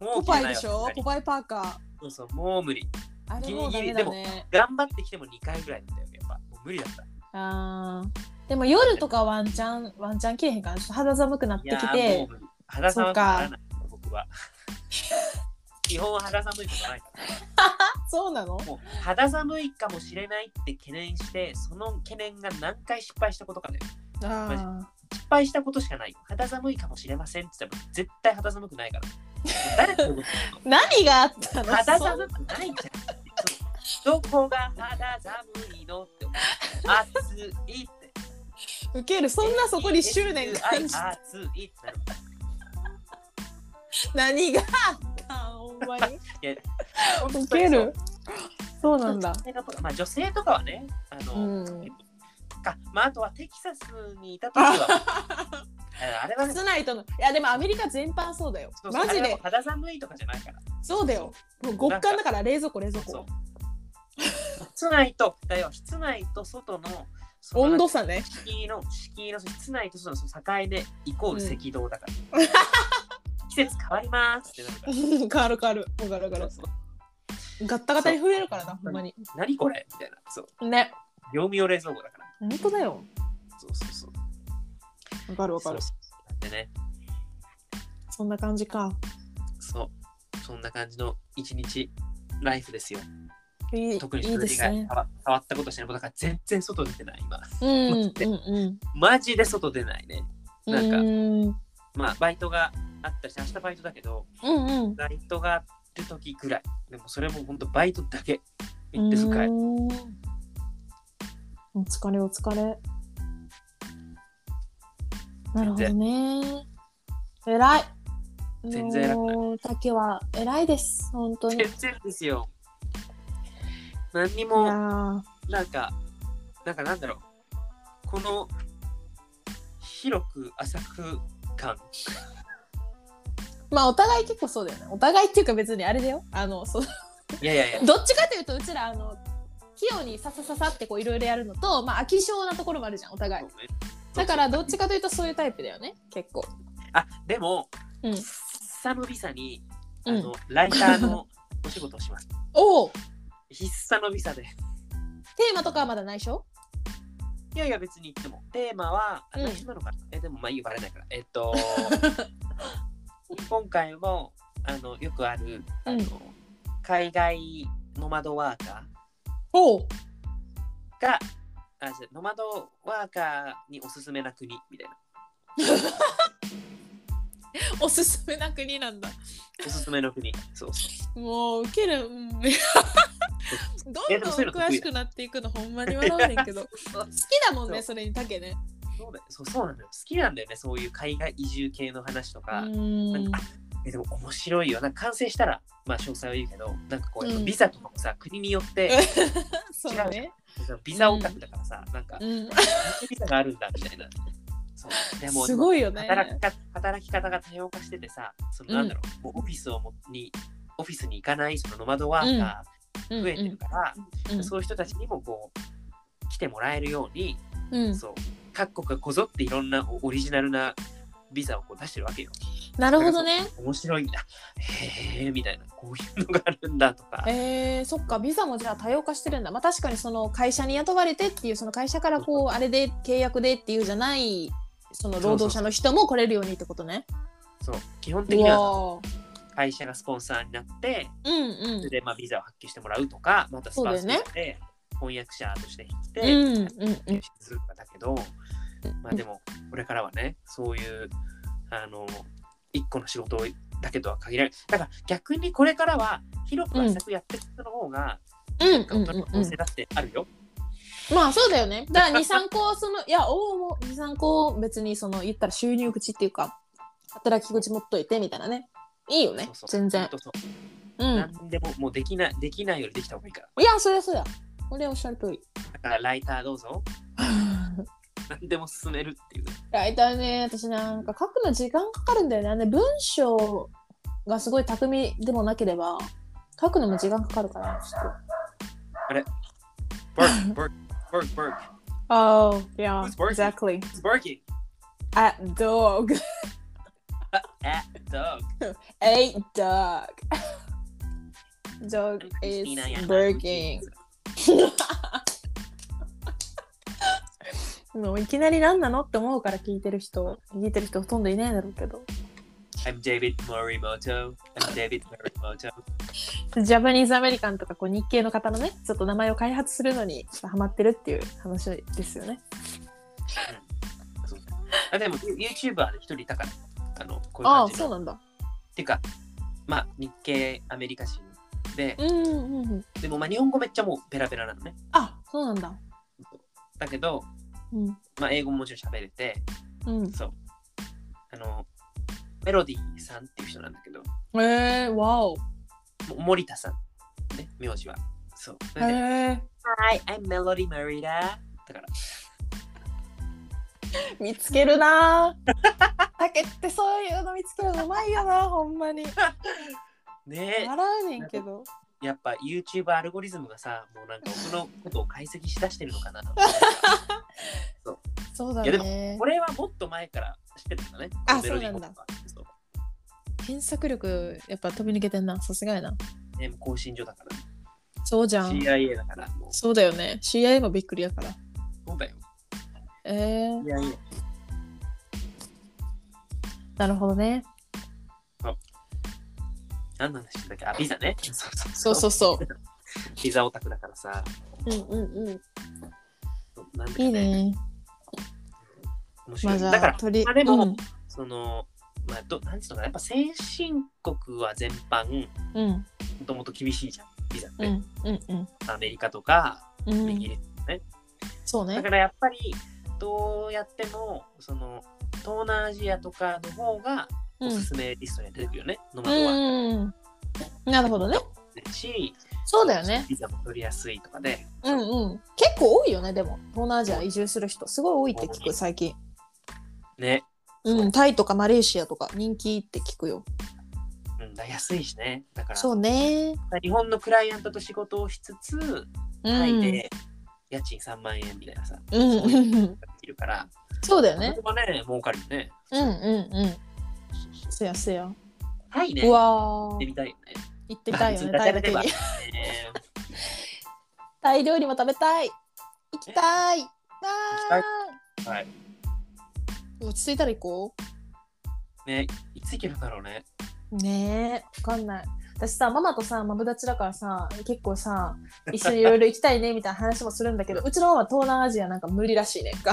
も
ポ
う着
パ
れ
イ
ない
で
わ
し
さ
ょ
すが
ポ
に
パイパーカ
そうそうもう無理。
ーあれもうダメ
ギリギリで
だ
も
ね
頑張ってきても2回ぐらいだったよね。やっぱもう無理だった。
あーでも夜とかワンチャンワンチャン切れへんからちょっと肌寒くなっ
い
て
や
き
ーもう
て
無理。肌寒くならない僕は。 (laughs) 基本肌寒いことないか
そうなの
ら。もう肌寒いかもしれないって懸念して、その懸念が何回失敗したことかだよ。
あ
失敗したことしかないよ。肌寒いかもしれませんって言ったら絶対肌寒くないから。もう誰と思ってんの
ー何があったの
肌
そう
寒くないじゃん。どこが肌寒いのって思う。暑いって。
ウケるそんなそこに執念感じ
熱いってなる
何があっ
(laughs)
んまに。
本
ウ
当に
ケ
そう
る。そうなんだ。
女性がまあ、女性とかはね、あの、
(laughs) うん
か、まあ、あとはテキサスにいた時は、あれはね、
室内とのいやでもアメリカ全般そうだよ
そうそう
マジ
あれは
で
もう肌寒いとかじゃないから。
そうだよもう極寒だから冷蔵庫冷蔵
そう
庫。
室内と、だよ、室内と外の、その
温度差ね (laughs)
敷居の、敷居の室内と外のその境で、イコール赤道だから。 (laughs) 季節変わりますってなるか
変わる変わるもうガラガ
ら。
ラ
そうそう
ガッタガタに震えるからなほんまに
何これみたいな。そう。
ね
業務用冷蔵庫だから。
本当だよ
そうそうそう。
わかるわ
そう
かる
なんでね、
そんな感じか
そう。そんな感じの一日ライフですよ。
いい
特に
いい
数
で
字
す
が変
ね
わ変わったことしてないことから全然外出てない今
うんうんうん
マジで外出ないね
う
なんか
ん
まあバイトがあったりして明日バイトだけど
うんうん
バイトがある時ぐらいでもそれも本当バイトだけ行
う
ってすぐ帰る
んお疲れお疲れなるほどね偉い
全然偉くない
もう竹は偉いです本当に
全然ですよ何に
いや
も
ー
なんかなんかなんだろうこの広く浅く感
まあお互い結構そうだよねお互いっていうか別にあれだよあのそう (laughs)
いやいやいや
どっちかというとうちらあの器用にささささってこういろいろやるのとまあ飽き性なところもあるじゃんお互い
そうね
だからどっちかというとそういうタイプだよね結構
あでも
うん
久々にあ
う
の、
ん
ライターのお仕事をし
(laughs)
ます
おおテ
必須のビザで。
ーマとかはまだ内緒
いやいや、別に言っても。テーマは、あ
うん
何なのかな、え、でも、まあ、いいよ、バレないから。えっ
(laughs)
と、今回も、あの、よくある、あの、
うん
海外ノマドワーカ
おお
ーが、あ、じゃノマドワーカーにおすすめな国、みたいな。
おすすめな国なんだ
おすすめの国。
(laughs)
そうそう。
もうウケるうんどんどん
えでもそういうの得意
詳しくなっていくのほんまに笑うねんけど好きだもんね
そ
それにタケね
そうだよそうそうなんだよ。好きなんだよね、そういう海外移住系の話と
う
か。
ーん (laughs)
えでも面白いよ。なんか完成したら、まあ詳細は言うけど、なんかこう、やっぱ
うん
ビザとかもさ、国によって、
そうだね
ビザオタクだからさ、なんか、
うん
ビザがあるんだみたいな。そうでも
すごいよね
働きか働き方が多様化しててさ、そのなんだろう、もうオフィスをもにオフィスに行かないそのノマドワーカー増えてるから、
うんうん
そういう人たちにもこう来てもらえるように、
うん、
そう各国がこぞっていろんなオリジナルなビザをこう出してるわけよ。
なるほどね。
面白いんだ。へえみたいなこういうのがあるんだとか。
えー、そっかビザもじゃあ多様化してるんだ、まあ、確かにその会社に雇われてっていうその会社からこうあれで契約でっていうじゃないその労働者の人も来れるようにってことね。
そう基本的
う
には
わー
会社がスポンサーになって
うん
それ
う
で、まあ、ビザを発揮してもらうとか、またスパウス
そ
ビ
うだ
ザ
よね
で翻訳者として来て、
んうんうんうん
するとかだけど、まあでも、これからはね、そういう、あの、一個の仕事だけとは限らない。だから逆にこれからは、広く浅くやっていく人の方が、
うん
本当
うん
の
う
可
ん
能性だってあるよ。
まあそうだよねだから23個そのいやおうも23個別にその言ったら収入口っていうか働き口持っといてみたいなねいいよね
そうそう
全
ほ
然
んとそう
う
なんんでも、もうできない、できないよりできた方がいいから。
いやそりゃそうだこれはおっしゃる通り
だからライターどうぞ、何でも進めるっていう。
大体ね私なんか書くの時間かかるんだよねあのね文章がすごい巧みでもなければ書くのも時間かかるからちょっと
バーク、バーク、バーク、バーク。
Oh, yeah,
Who's working?
exactly.
It's working!
A (laughs) dog.
At dog.
A dog. dog is
Christina Yamaguchi.
working. もういきなり何なのって思うから聞いてる人、聞いてる人ほとんどいないだろうけど。
I'm David Morimoto. I'm David Morimoto.
ジャパニーズアメリカンとかこう日系の方のね、ちょっと名前を開発するのにちょっとハマってるっていう話ですよね。
そうあでも YouTuber で一人いたから、あのこういう
あ
感
あ、
じ
そう
の。っ
なんだ。
ていうか、まあ日系アメリカ人で、
うんうんうん。
でもまあ日本語めっちゃもうペラペラなのね。
あ、そうなんだ。
だけど、
うん
まあ英語ももちろん喋れて、
うん。
あのメロディーさんっていう人なんだけど、
えー、わお。
も森田さん。ね、名字は。そう。なんで
へえ
Hi, I'm Melody Marita. だから、
見つけるなぁ竹ってそういうの見つけるのうまいよなほんまに
ね
笑うねんけど
やっぱ YouTube アルゴリズムがさ、もうなんか僕のことを解析しだしてるのかな。
(laughs) そうだ
いやで
ね
これはもっと前から知ってるんだね。
あ
メロディー
そうなんだ
ボックスは。
検索力やっぱ飛び抜けてんなさすがやな
そうね、もう更新所だから、
そうじゃん
CIA だから、もう、
そうだよね CIA もびっくりやから
そうだよ。
えー、
CIA。
なるほどね
何の話してたっけあ、ビザね。そう
そうそうそ
ビザオタクだからさ。
ううんうんうん
そうなんだ
いいね
面白
まあ
い。
じゃあ
だから、
鳥
まあでも
うん
その、まあ、どなんていうのかな、やっぱ先進国は全般、
うん
もともと厳しいじゃん、ビザっ
う
て。
んうん
アメリカとか、イ
うん
ギリスとかね。
そう
だ
ね
からやっぱり、どうやっても、その、東南アジアとかの方が
う
お
ん
すすめリストに出てくるよね、ノマドは。
うんうんなるほどね
し、
そうだよね
ビザも取りやすいとかで、
うんうん結構多いよねでも東南アジア移住する人すごい多いって聞く最近
ね、
うんタイとかマレーシアとか人気って聞くよ
うん、だ安いしね。だから、
そうね
日本のクライアントと仕事をしつつ、
うん
タイで家賃3万円みたいなさ、
うん
そう
う
いうん
うん
のができるから、
そうだよね
ここはね、儲かるよね。
うんうんうんせやせや
タイね、
う
行
わ
って
ー
みたいよね。
行ってたいよ
(laughs)
ねタイ
ガチャガ
だ
チャ
けに
だけにえー
(laughs) タイ料理も食べたい行きたいわ
行
ー
はい
落ち着いたら行こ
ね、いつ行けるんだろうね。
うねえわかんない私さママとさマブダチだからさ結構さ一緒にいろいろ行きたいねみたいな話もするんだけどうちのママ東南アジアなんか無理らしいねんか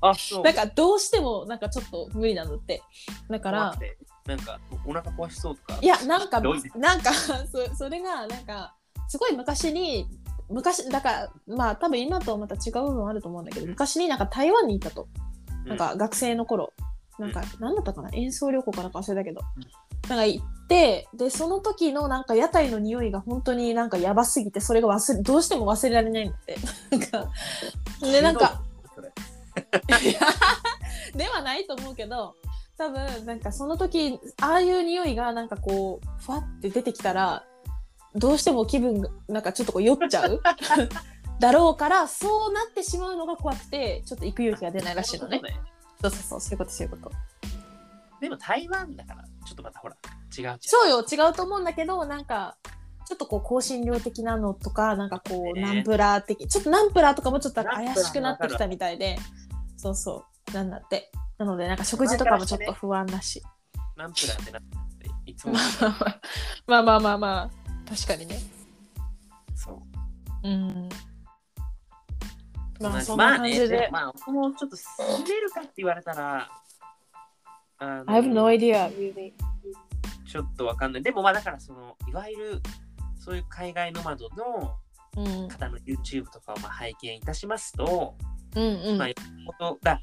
あ、そう。
なんかどうしてもなんかちょっと無理なんだってだから
怖くてなんか、お腹壊しそうとか。
いやなん
(laughs)
か
どういう
なんか (laughs) そそれがなんかすごい昔に昔だからまあ多分今とまた違う部分あると思うんだけど昔になんか台湾にいたと、
うん
なんか学生の頃なんか何だったかな演奏旅行かなんか忘れたけど、
うん
なんか行ってでその時のなんか屋台の匂いが本当になんかやばすぎてそれが忘れどうしても忘れられないんだってなんかでなんか。
それ
いやではないと思うけど多分なんかその時ああいう匂いがなんかこうふわって出てきたらどうしても気分がなんかちょっとこう酔っちゃう (laughs) だろうからそうなってしまうのが怖くてちょっと行く勇気が出ないらしいのね。
そうだよ
そうそうそうそういうことそういうこと。
でも台湾だから、ちょっとまたほら、違う違う。
そうよ違うと思うんだけどなんかちょっとこう香辛料的なのとかなんかこう
ね
ナンプラー的ちょっとナンプラーとかもちょっと
ナンプラ
怪
ー
しくなってきたみたいでそうそうなんだってなのでなんか食事とかもちょっと不安だし
ナンプラーってなって、いつも
(laughs) ま。あまあまあまあまあ確かにね
そう。
うんま
ま
あ
あ
そんな感じ
ね
で、
まあ、僕もちょっと住めるかって言われたら、あの
I have no idea really
ちょっとわかんない。でもまあだからその、いわゆるそういう海外ノマドの
うん
方の YouTube とかをまあ拝見いたしますと、
うん
まあことだ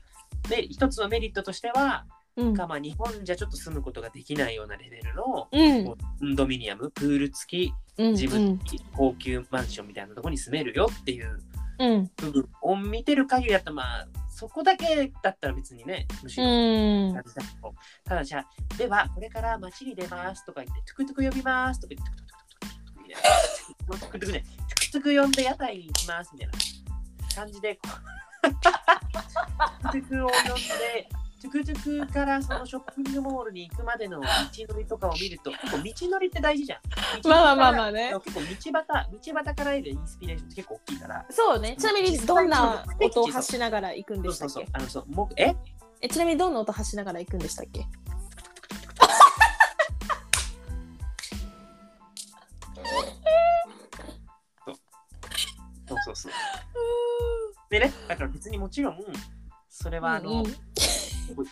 で一つのメリットとしては、
うん
がまあ日本じゃちょっと住むことができないようなレベルの
うん
コンドミニアム、プール付き、
うん
自分高級マンションみたいなところに住めるよっていう
うん
部分を見てる限りだったら、まあ、そこだけだったら別にね、むし
う
ろ
ん
感じだけど、ただじゃあ、では、これから街に出ますとか言って、トゥクトゥク呼びますとか言って、トゥクトゥクトゥクトゥクトゥクトゥクトゥクトゥクトゥクトゥクねトゥクトゥク呼んで屋台に行きますみたいな感じで、こうトゥクトゥクを呼んで、トゥクトゥクからそのショッピングモールに行くまでの道のりとかを見ると、結構道のりって大事じゃん。
まあまあまあまあね
結構道端、道端から得るインスピレーションって結構大きいから。
そうね。ちなみにどんな音を発しながら行くん
そ
で
う
した
そ
っ
うそ
け？
う。あのそうもうえ
えちなみにどんな音発しながら行くんでしたっけ？
そうそうそう。でね、だから別にもちろん、それはあの、
うんうん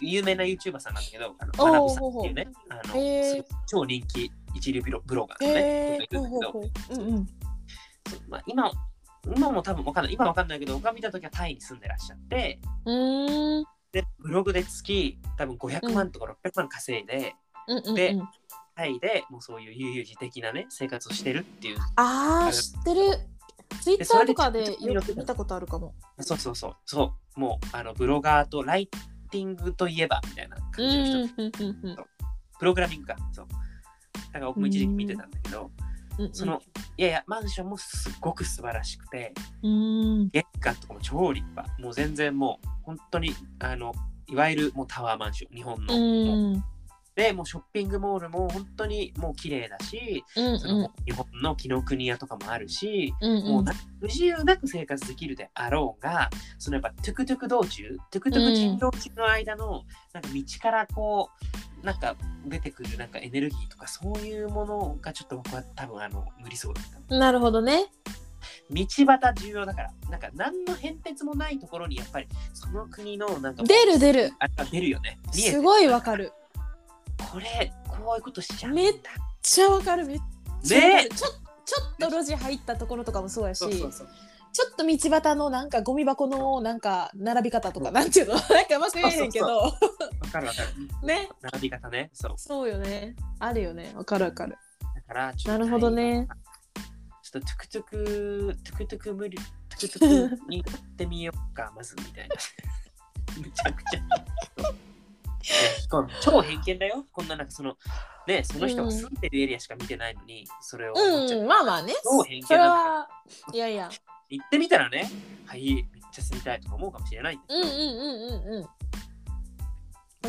有名な YouTuber さんなんだけど、あの
おー
マナブさんっていうね、あの
へー
すごい超人気一流ブロブロガーの
へ
ね、
え。
人
ほ
が
う
いる
ほ
ん
う
だけ
ほ
ど、
う。うんうん。
そうまあ、今今も多分わかんない、今わかんないけど、僕が見た時はタイに住んでらっしゃって、
うーん。
でブログで月多分500万とか600万稼いで、
うんうんうん
でタイでもうそういう悠々自適なね生活をしてるっていう
ああ、知ってる。ツイッターとかで
でそれで
よく見たことあるかも。
そうそうそうそうもうあのブロガーとライティングといえばみたいな
う
感じの人、
ん、うん、うん、
プログラミングかそうだから僕も一時期見てたんだけど、
うん。
そのいやいやマンションもすっごく素晴らしくて
うん。
玄関とかも超立派もう全然もう本当にあのいわゆるもうタワーマンション日本
う。
の、もうんでもうショッピングモールも本当にもう綺麗だし、
うん
その日本の紀ノ国屋とかもあるし、
うん
もう
うん
な不自由なく生活できるであろうが、そのやっぱトゥクトゥク道中、トゥクトゥク人道中の間の、なんか道からこう、なんか出てくるなんかエネルギーとかそういうものがちょっと僕は多分あの無理そうだった。
なるほどね。
道端重要だから、なんか何の変哲もないところにやっぱりその国のなんか
出る出る。
あ出るよね。見えて
すごいわかる。めっ
これ、こういうことしちゃうね
めっちゃわかる。めっちゃわかる。ちょちょっと路地入ったところとかもそうやし、
そうそうそう。
ちょっと道端のなんかゴミ箱のなんか並び方とか、なんていうの、 (laughs) なんかうまく言えへんけど。
わかるわかる。
ね。
並び方ね。そう。
そうよね。あるよね。わかるわかる。
だから、ちょっ
な
と
るほどね。
ちょっとトゥクトゥク、トゥクトゥク無理、トゥクトゥクに行ってみよう
(laughs)
か、まずみたいな。めちゃくちゃ。そう超偏見だよ。こんななんかその、ね、その人が住んでるエリアしか見てないのに、それを思っちゃう
うん、まあまあね。
超偏見
それ
なんだ
は、いやいや。
けど行ってみたらね、はい、めっちゃ住みたいとか思うかもしれないんだけ
うん
ど、
うんうんうんうん。わ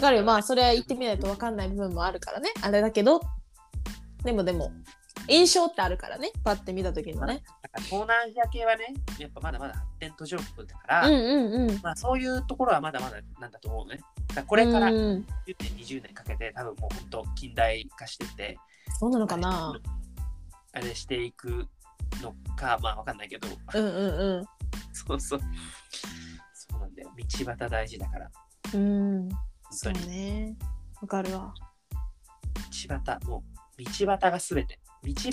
かるよ。まあ、それは言ってみないとわかんない部分もあるからね。あれだけど、でもでも、印象ってあるからね。パッて見た時のね。
だから東南アジア系はね、やっぱまだまだ発展途上国だから、
うんうんうん。
まあそういうところはまだまだなんだと思うね。だからこれから
う
10
ん
年、20年かけて、多分もう本当近代化してて、
そうなのかな。
あれしていくのかまあわかんないけど (laughs)
うんうん
そうそうそうなんだよ道端大事だから
うん。うん。そ
本当に
うね。わかるわ。
道端もう道端がすべて道
(laughs)
端道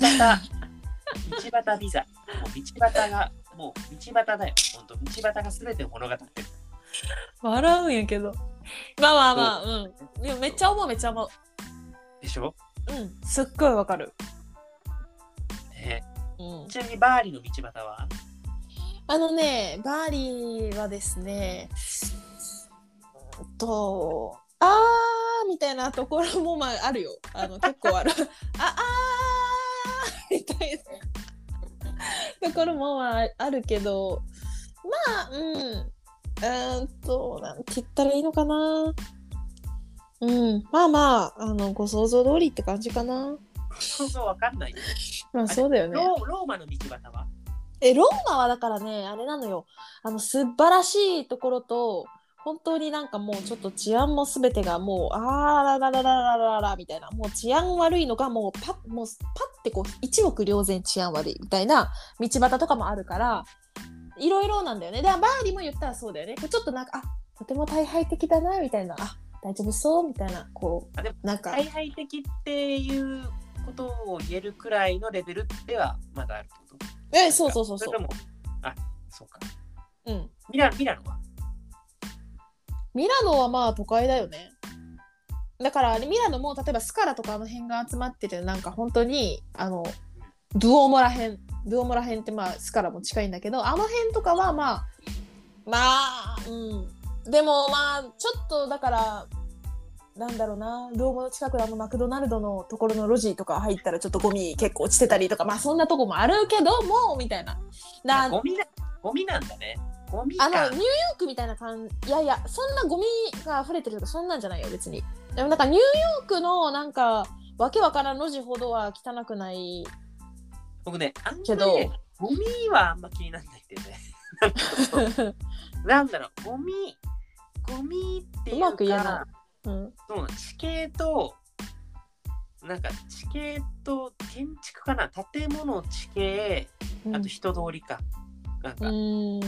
端ビザもう道端がもう道端だよ本当道端がすべてを物語ってる
笑うんやけど。まあまあまあ、うん。でもめっちゃ思う、めっちゃ思う。
でしょ、
うん。すっごいわかる。
ね、
うん。
ちなみにバーリの道端は
あのね、バーリーはですね、うんと、あーみたいなところもまああるよ。あの結構ある。 (laughs) ああーみたいなところもまああるけど、まあ、うん。うーんと、なんて言ったらいいのかな。うん、まあまあ、あの、ご想像通りって感じかな。
そうそうわかん
(laughs)
ないよ
まあそうだよね。
ローローマの道端は
えローマはだからねあれなのよあの素晴らしいところと本当になんかもうちょっと治安も全てがもうあーらららららららみたいなもう治安悪いのがもうパッもうパッてこう一目瞭然治安悪いみたいな道端とかもあるからいろいろなんだよねでバーリーも言ったらそうだよねこうちょっとなんかあとても大敗的だなみたいなあ大丈夫そうみたいなこ
あでも
うなんか
采配的っていうことを言えるくらいのレベルではまだあるってこと
えそうそうそうそう
れともあそうか
うん
ミラミラノは
ミラノはまあ都会だよね。だからあれミラノも例えばスカラとかあの辺が集まってるなんか本当にあのドゥオモラ辺ドゥオモラ辺ってまあスカラも近いんだけどあの辺とかはまあまあうんでもまあちょっとだからなんだろうなドゥオモの近くのあのマクドナルドのところの路地とか入ったらちょっとゴミ結構落ちてたりとかまあそんなとこもあるけどもみたいな。な
ゴミなゴミなんだねゴミ
あの
か
ニューヨークみたいな感じいやいやそんなゴミが溢れてるとかそんなんじゃないよ別にでもなんかニューヨークのなんかわけわからん路地ほどは汚くない
僕ねあんま
け
り
ど
ねゴミはあんま気にならないってねなんだろうゴミゴミっていうか
うまく言えな (laughs) うん
そうなの地形となんか地形と建築かな建物地形
うん
あと人通りか、なん
う
か,、
ん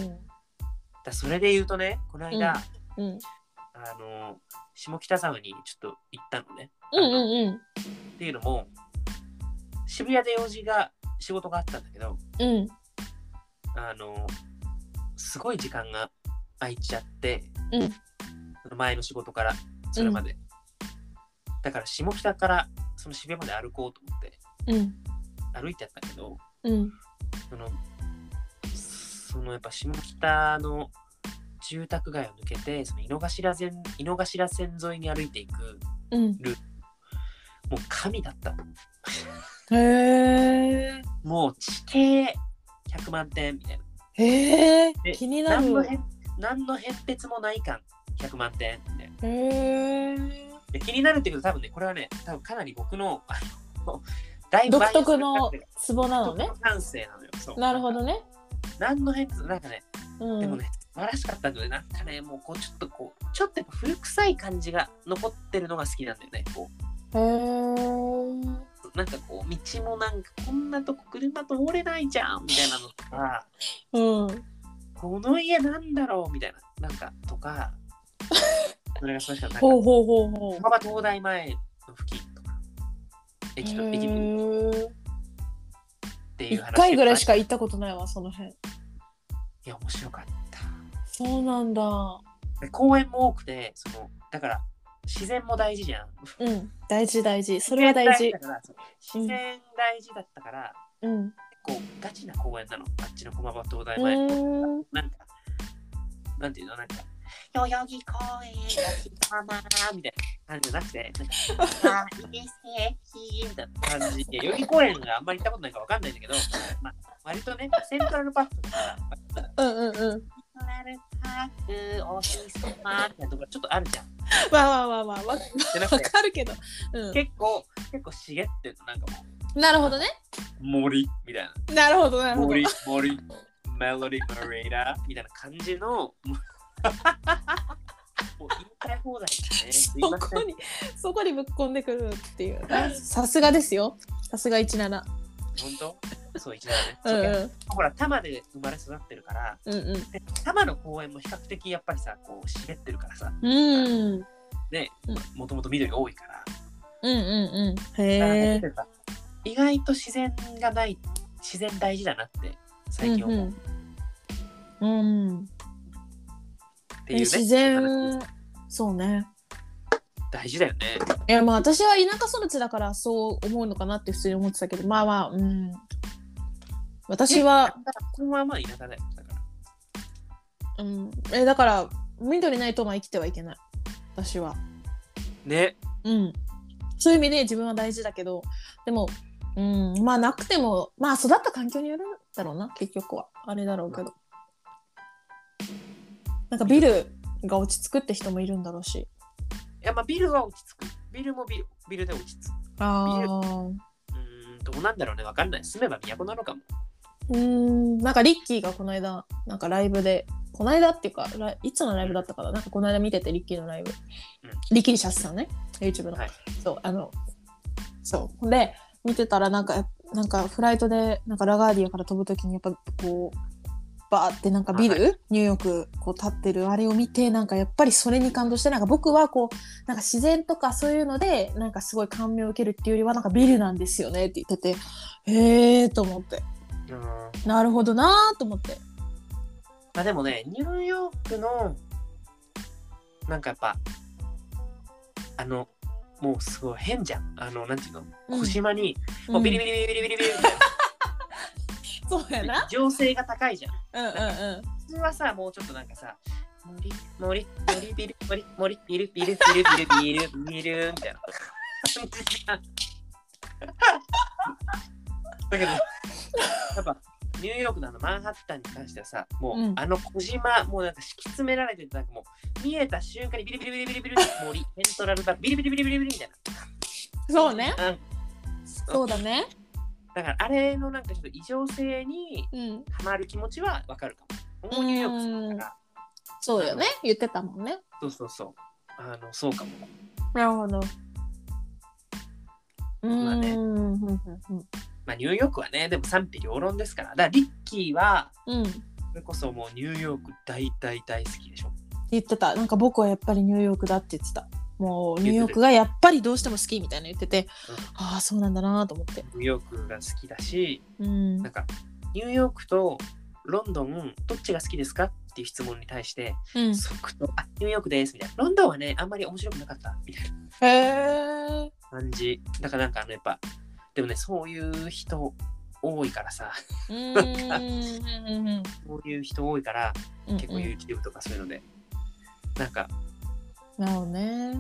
だそれで言うとねこの間、
うん
あの下北沢にちょっと行ったのね。
うんうん
っていうのも渋谷で用事が仕事があったんだけど
うんうん
あのすごい時間が空いちゃって、
うん
その前の仕事からそれまで、だから下北からその渋谷まで歩こうと思って
うん
歩いてやったけど
うん
そのそのやっぱ下北の住宅街を抜けてその井の頭線井の頭線沿いに歩いていく
うん
もう神だった
へえ
もう地形100万点みたいな
へえ
で
気にな
何の
る
変何の変哲もない感100万点みたいな
へえ
で気になるっていうこと多分ねこれはね多分かなり僕のあのだいぶ
独特
バイアスがかか
の
ってる
ツボなのね
独特の感性なのよそう
なるほどね
何の変哲なんかね
うん
でもね、素晴らしかったので、なんかね、もうこう、ちょっとこう、ちょっとやっぱ古臭い感じが残ってるのが好きなんだよね。こ
へえ
う、なんかこう、道もなんか、こんなとこ車通れないじゃんみたいなのとか、
うん
この家なんだろうみたいな、なんか、と
(laughs)
か、それが素晴らしかった。
ほうほうほうほう
浜場東大前の付近とか、駅と
へ
駅分
ー
っていう
一
話
回ぐらいし
か。
か行ったことないわその辺
いや、面白かった
そうなんだ。
で公園も多くて、その、だから、自然も大事じゃん。
うん大事大事それは大事
だからそう自然大事だったから、
うん
結構ガチな公園なのあっちの駒場東大
う
前、
ーん
なんかなんていうのなんか代々木公園おままみたいな感じじゃなくてなんかあいいですねひーみたいな感じで代々木公園があんまり行ったことないからわかんないんだけど、まあ、割とねセントラルパークとか
うんうんうん
セントラルパークお日様みたいなところちょっとあるじゃん
まあまあまあまあ
(laughs)
わ
じゃなく
わ
て
かるけど、う
結構結構茂ってるのなんかも
ん、なるほどね
う森みたいな
なるほどなるほど
森、森、メロディー、マレーダーみたいな感じの。 (laughs) もうもう言いたい放題ですね。すい
そ
ませ
こ
ん。
にそこにぶっ込んでくるっていうさすがですよさすが17
本当そう、一度ね。
うん
そう
うん
ほら、多摩で生まれ育ってるから、
うん
で多摩の公園も比較的やっぱりさ、こう、湿ってるからさ、
うんうん
ね
うん、
もともと緑が多いから、
うんうん
だから
へ
ね
え
意外と自然がない、自然大事だなって、最近
う
思う。
んうんうん
って
え
いうね、
自
話
然
です
そうね
大事だよね。
いやまあ私は田舎育ちだからそう思うのかなって普通に思ってたけどまあまあうん私は、
これはまあ田舎だよ。だから。
うん、えだから緑ないとまあ生きてはいけない私は
ね。
うんそういう意味で自分は大事だけどでもうんまあなくてもまあ育った環境によるんだろうな結局はあれだろうけどなんかビルが落ち着くって人もいるんだろうし
いやまあビルは落ち着く。ビルもビルビルで落ち着く。
ああ
うーん、どうなんだろうね。わかんない。住めば都なのかも。
うんなんかリッキーがこの間なんかライブでこの間っていうかライいつのライブだったかななんかこの間見ててリッキーのライブ、
ん
リッキーシャスさんね YouTube の、
はい
そうあのそうで見てたらなんかなんかフライトでなんかラガーディアから飛ぶときにやっぱこうバーってなんかビル、
は
ニューヨークこう立ってるあれを見てなんかやっぱりそれに感動してなんか僕はこうなんか自然とかそういうのでなんかすごい感銘を受けるっていうよりはなんかビルなんですよねって言っててへえと思って。
うん。ま
なるほどなーと思って。
あでもね、ニューヨークの、なんかやっぱ、あの、もうすごい変じゃん。あの、なんていうの小島に、もうビリビ
リ。
リビリビリビリビリみたい
そうや
な
な。
情勢が高いじゃん。
う
(laughs)
んうん
普通はさ、もうちょっとなんかさ、森、森、森、ビル、森、森、ビル、ビル、ビル、ビル、ビル、ビル、みたいな。だけど、やっぱ、ニューヨークのあのマンハッタンに関してはさ、もう、
うん
あの小島、もうなんか敷き詰められてて、なんかもう、見えた瞬間にビリビリビリビリビリ、森、セントラルパーク、ビリビリビリビリビリみたいな。
うん。そうね。
うん。
そうだね。
だから、あれのなんかちょっと異常性に
うん。
ハマる気持ちはわかるかも。もうニューヨーク好きだから。
そうよね。言ってたもんね。
そうそうそう。あの、そうかも。
なるほど。う
まあね
ーん。うん
まあ、ニューヨークはね、でも賛否両論ですから。だから、リッキーは、
うん。うん。
それこそもうニューヨーク大大大好きでしょ。
言ってた。なんか僕はやっぱりニューヨークだって言ってた。もうニューヨークがやっぱりどうしても好きみたいな言ってて
うん、
ああそうなんだなーと思って。
ニューヨークが好きだし、
うん
なん。か、ニューヨークとロンドン、どっちが好きですかっていう質問に対して、
うん。
即答、あ、ニューヨークです、みたいな。ロンドンはね、あんまり面白くなかった、みたい
へえ。
な。感じ。だからなんかあのやっぱ、でもね、そういう人多いからさ、
うーん
そういう人多いから、
う
(laughs)
ん
結構 YouTube とかそういうので、なんか、
なるほどね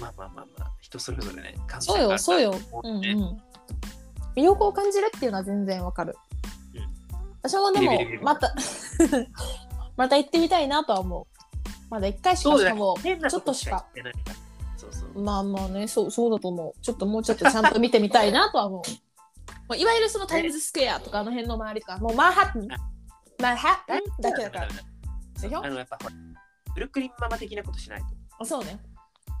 まあまあまあまあ、人それぞれね、感想
そうよそうよ、うんうん
ね、
魅力を感じるっていうのは全然わかる、
うん
私もで
ビリ
も
ビリビリ
また (laughs) また行ってみたいなとは思うまだ一回しか
そう
し
だ
か
ね
も
変なことし
ちょっ
か言ってないから。そうそう。
まあまあねそうそうだと思うちょっともうちょっとちゃんと見てみたいなと
(laughs)
は思うもういわゆるそのタイムズスクエアとかあの辺の周りとかもうマンハッタンマンハッタンだけだから
ダメダメ
でし
ダ
ょ
メあのやっぱほら、ブルックリンママ的なことしないと。
あそうね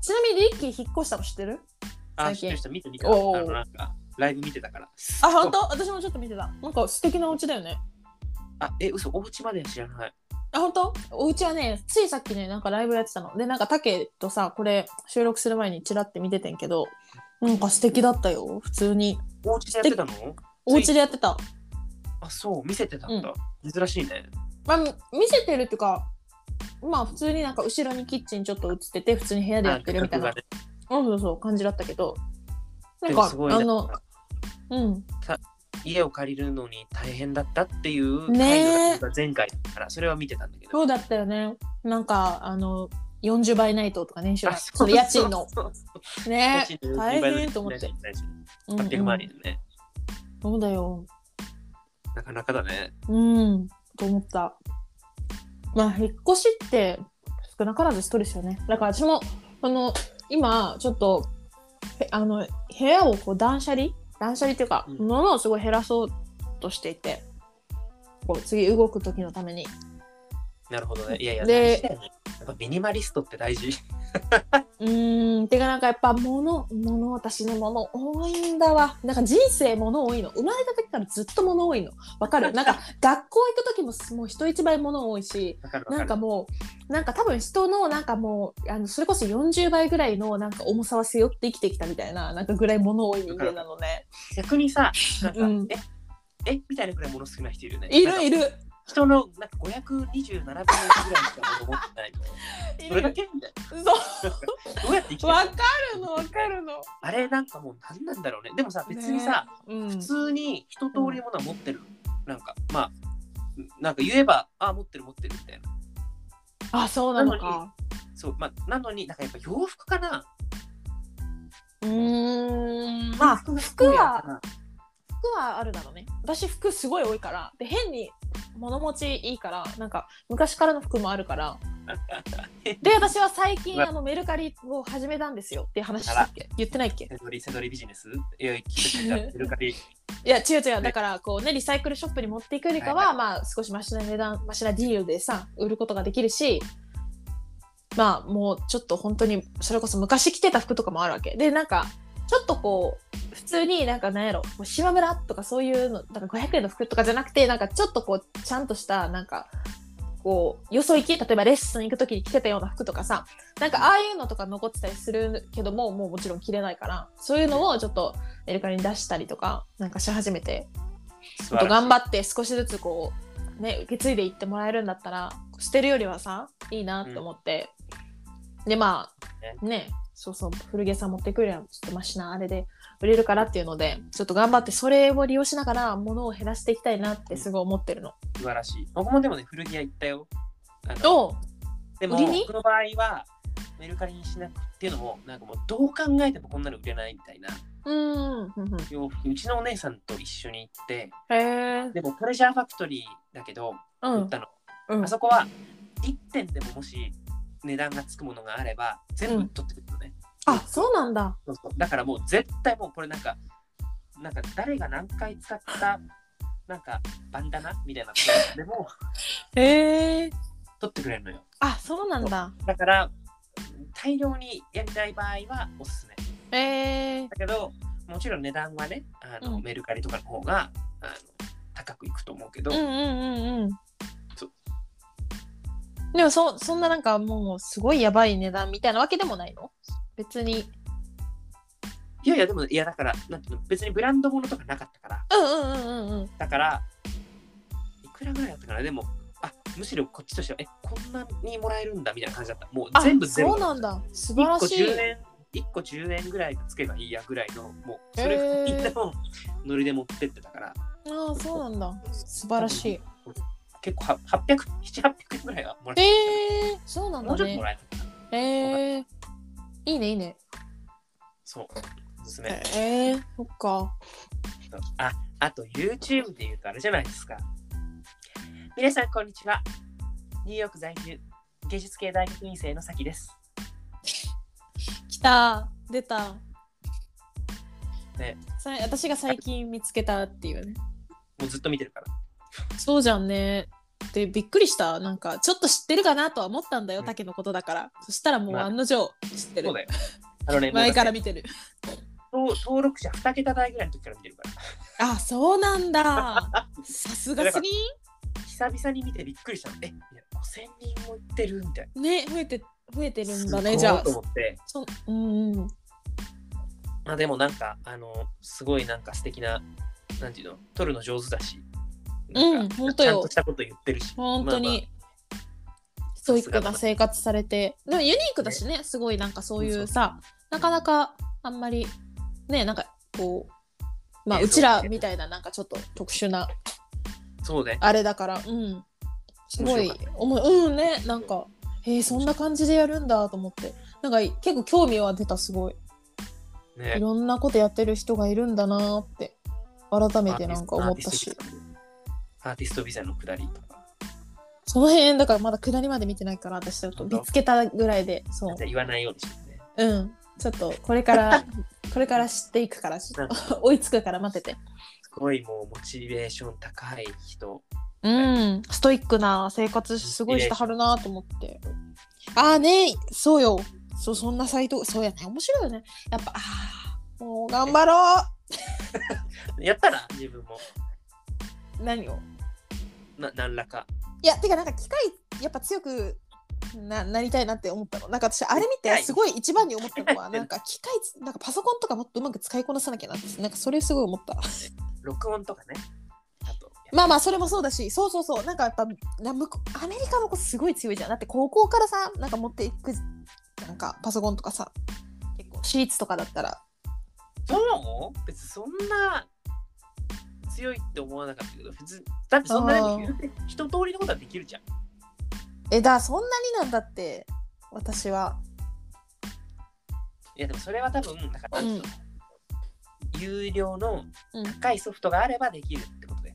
ちなみにリッキー引っ越したの知ってる
あ、
最
知って
近
る人見て見た。あ
おー
のなんか、ライブ見てたから。
あ本当私もちょっと見てたなんか素敵なお家だよね
あ、え、嘘、お家までは知らない。
あ本当お家はねついさっきねなんかライブやってたのでなんかタケとさこれ収録する前にチラって見ててんけどなんか素敵だったよ普通に
お家でやってたの
お家でやってた、
あ、そう、見せてたんだ。珍しいね。
まあ、見せてるっていうかまあ普通になんか後ろにキッチンちょっと映ってて普通に部屋でやってるみたいな
あ。企
うんそうそう感じだったけど
画がね
なん
でも
か
すごいね
あのうん
家を借りるのに大変だったっていう回
ねえ
路が前回だから、それは見てたんだけど。
そうだったよねなんかあの40倍ないととか年収
あ
がその家賃の。
そうそう
ね
家賃の
大
10倍
変と思って。うんうん
800万円ね。
そうだよ
なかなかだね。
うん、と思った。まあ、引っ越しって少なからずストレスよね。だから私も、あの、今、ちょっと、へあの、部屋をこう断捨離断捨離っていうか、
うん
物をすごい減らそうとしていて、こう、次動く時のために。
なるほどね。いやいや、大
で
事だよね。やっぱミニマリストって大事。 (laughs)
うーん、てかなんかやっぱ物、物、私ね、物多いんだわ。なんか人生物多いの。生まれた時からずっと物多いの。わかるなんか学校行く時もすもう人一倍物多いし、
わかるわ
な
か
んか
る。
もうなんか多分人のなんかもうあのそれこそ40倍ぐらいのなんか重さは背負って生きてきたみたいななんかぐらい物多い人間なのね。
逆にさ、なんか、
うん
ええみたいなくらいもの少ない人いるよね。
い
なんか
るいる
人のなんか527分の1ぐらいしか持ってないの。
い
それだ
る。
けみたい
そ
な。どうやって生きてる
うわかるのわかるの。
あれなんかもう何なんだろうね。でもさ、別にさ、
ね、うん、
普通に一通りものは持ってる。なんか、まあ、なんか言えば、あ、持ってる持ってるみたいな。
あそうなのか。
そう、まあ、なのになんかやっぱ洋服かな。
うーんまあ
服が
服は服はあるだろうね。私服すごい多いからで変に物持ちいいからなんか昔からの服もある
(laughs)
から。で私は最近あのメルカリを始めたんですよっていう話したっけ言ってないっけ
セドリ、セドリビジネスいや、聞いてみたメルカリ。
いや違う違うだからこうねリサイクルショップに持っていくよりかは、
はいは
まあ少しマシな値段マシなディールでさ売ることができるしまあもうちょっと本当にそれこそ昔着てた服とかもあるわけでなんかちょっとこう普通になんかなんやろもう島村とかそういうのなんか500円の服とかじゃなくてなんかちょっとこうちゃんとしたなんかこうよそ行き例えばレッスン行く時に着てたような服とかさなんかああいうのとか残ってたりするけどももうもちろん着れないからそういうのをちょっとメルカリに出したりとかなんかし始めてちょっと頑張って少しずつこうね受け継いでいってもらえるんだったら捨てるよりはさいいなと思って、でまあねそうそう古着屋さん持ってくるよりはちょっとマシなあれで売れるからっていうのでちょっと頑張ってそれを利用しながら物を減らしていきたいなってすごい思ってるの。
素晴らしい。僕もでもね、古着屋行ったよ。あの
どう
でも、
売りに
僕の場合は、メルカリにしなくっていうのも、なんかもう、どう考えてもこんなの売れないみたいな
うーんうんうん
洋服、うちのお姉さんと一緒に行って、
へえ
でも、トレジャーファクトリーだけど、
う
売っ
ん
たの。
うん
あそこは、1点でももし値段がつくものがあれば、全部取ってくるのね。
あそうなんだ
そうそうだからもう絶対もうこれなんか、なんか誰が何回使ったなんかバンダナみたいなことでも
へえ
取ってくれるのよ。
あそうなんだ
だから大量にやりたい場合はおすすめ。
へえ
だけどもちろん値段はねあの、
うん
メルカリとかの方があの高くいくと思うけど、
うんうんうんうん
そう
でもそそんななんかもうすごいやばい値段みたいなわけでもないの別に
いやいやでもいやだからなんていうの別にブランドものとかなかったから
うんうんうんうんうん
だからいくらぐらいだったかなでもあむしろこっちとしてはえこんなにもらえるんだみたいな感じだったもう
あ
全部ゼロ
そうなんだ素晴
1
ら
個
しい
10円1個10円ぐらいがつけばいいやぐらいのもうそれ
へー
みんなもノリで持ってってたから
ああそうなんだ素晴らしい
結構は800700円ぐらいはもら
え
え
ー、そうな
た
ん
も
だ
うちょっとも
ね
らえた
えー、いいねいいね
そうおすすめ
えー、そっか
ああと YouTube で言うとあれじゃないですか皆さんこんにちはニューヨーク在住芸術系大学院生のさきです
来た出た
ね
さ私が最近見つけたっていうね
もうずっと見てるから
そうじゃんねでびっくりしたなんかちょっと知ってるかなとは思ったんだよ
うん
竹のことだからそしたらもう
まあ
案の定知って
そう
る
だよあのね
前から
も
見てる
うだって登登録者2桁台ぐらいの時から見てるから
あそうな
(laughs)
んださすがすぎ
久々に見てびっくりしたの。え、いや5000人もいってるみたい
んね増えて増えて
な。
るんだねじゃあ
と思って。
そうんうん
まあでもなんか、あの、すごいなんか素敵な、なんていうの、撮るの上手だし。
うん
なんか
ほんとよ
ちゃんとしたこと言ってるし。
本当
まあまあ
にストイックな生活されてでもユニークだしねすごいなんかそうい
そううそう
さなかなかあんまりねなんかこうまあ
映像
うちらみたいななんかちょっと特殊な
そうね。
あれだからうんすごい
面白かっ
思ううんねなんかえー、そんな感じでやるんだと思ってなんか結構興味は出たすごい
た
い
ね。
ろんなことやってる人がいるんだなーって改めてなんか思ったし
アーティストビザ。アーティストビザのくだりとか。
その辺だからまだ下りまで見てないから私ちょっと見つけたぐらいでそう
言わないようにしてね。
うん、ちょっとこれからこれから知っていくからちょっと (laughs) 追いつくから待ってて。
すごいもうモチベーション高い人。
うん、ストイックな生活すごいしてはるなと思って。ああね、そうよ。そうそんなサイト、そうやね、面白いよね。やっぱあーもう頑張ろ
やったら自分も
う。何を？
な何らか。
いや、てかなんか機械やっぱ強くななりたいなって思ったの。なんか私あれ見
機
て
械
すごい一番に思ったのはなんか機械なんかパソコンとかもっとうまく使いこなさなきゃなってなんかそれすごい思った。
録音とかね。あと。
まあまあそれもそうだしそうそうそうなんかやっぱな向こうアメリカの子すごい強いじゃんだって高校からさなんか持っていくなんかパソコンとかさ結構私立とかだったら
そう別にそんな強いって思わなかったけど別にだってそんなでも言うて一通りのことはできるじゃん
えだそんなになんだって私はい
やでもそれは多分なんか、
うん
有料の
うん
高いソフトがあればできるってことで、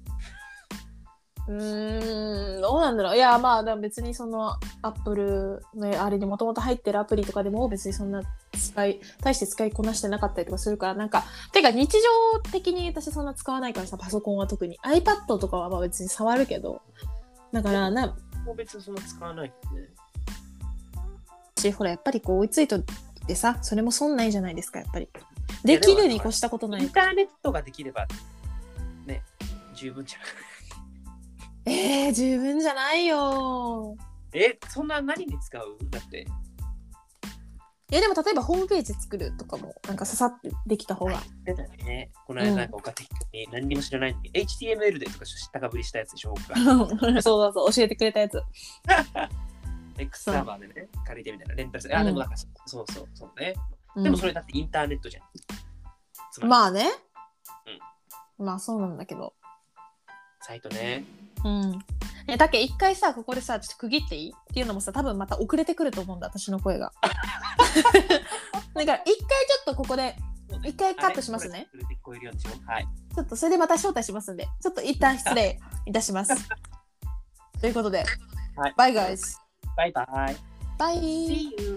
うーんどうなんだろういやまあでも別にそのアップルのあれにもともと入ってるアプリとかでも別にそんな使い大して使いこなしてなかったりとかするからなんかてか日常的に私そんな使わないからさパソコンは特に iPad とかはまあ別に触るけどだからな
もう別にそんな使わないってね
しほらやっぱりこう追いついとってさそれも損ないじゃないですかやっぱり
いや
できるに越したことな
イン
い
ターネットができればね十分じゃん (laughs)
えー、十分じゃないよ
えそんな何に使うだって
いやでも例えばホームページ作るとかもなんかささってできた方が
出たねこの間なんかおかてきに何にも知らないのに、HTML でとか知ったかぶりしたやつでしょうか
(laughs) そうそうそう教えてくれたやつ
X サーバーでね、借りてみたいな、レンタルして、あ、
うん
でもなんか、そうそう、そうね。でもそれだってインターネットじゃん。つ
う
ま
ん
り、
まあね、まあそうなんだけど
サイトね。
うんえだけ一回さここでさちょっと区切っていいっていうのもさ多分また遅れてくると思うんだ私の声 (laughs) がだから一回ちょっとここで一回カットしますね
あれ。それで聞こえるようにしよう。はい。
ちょっとそれでまた招待しますんで、ちょっと一旦失礼いたし
(laughs)
ます。ということで、
はい
Bye guys!
バイバイ。
Bye!
See you!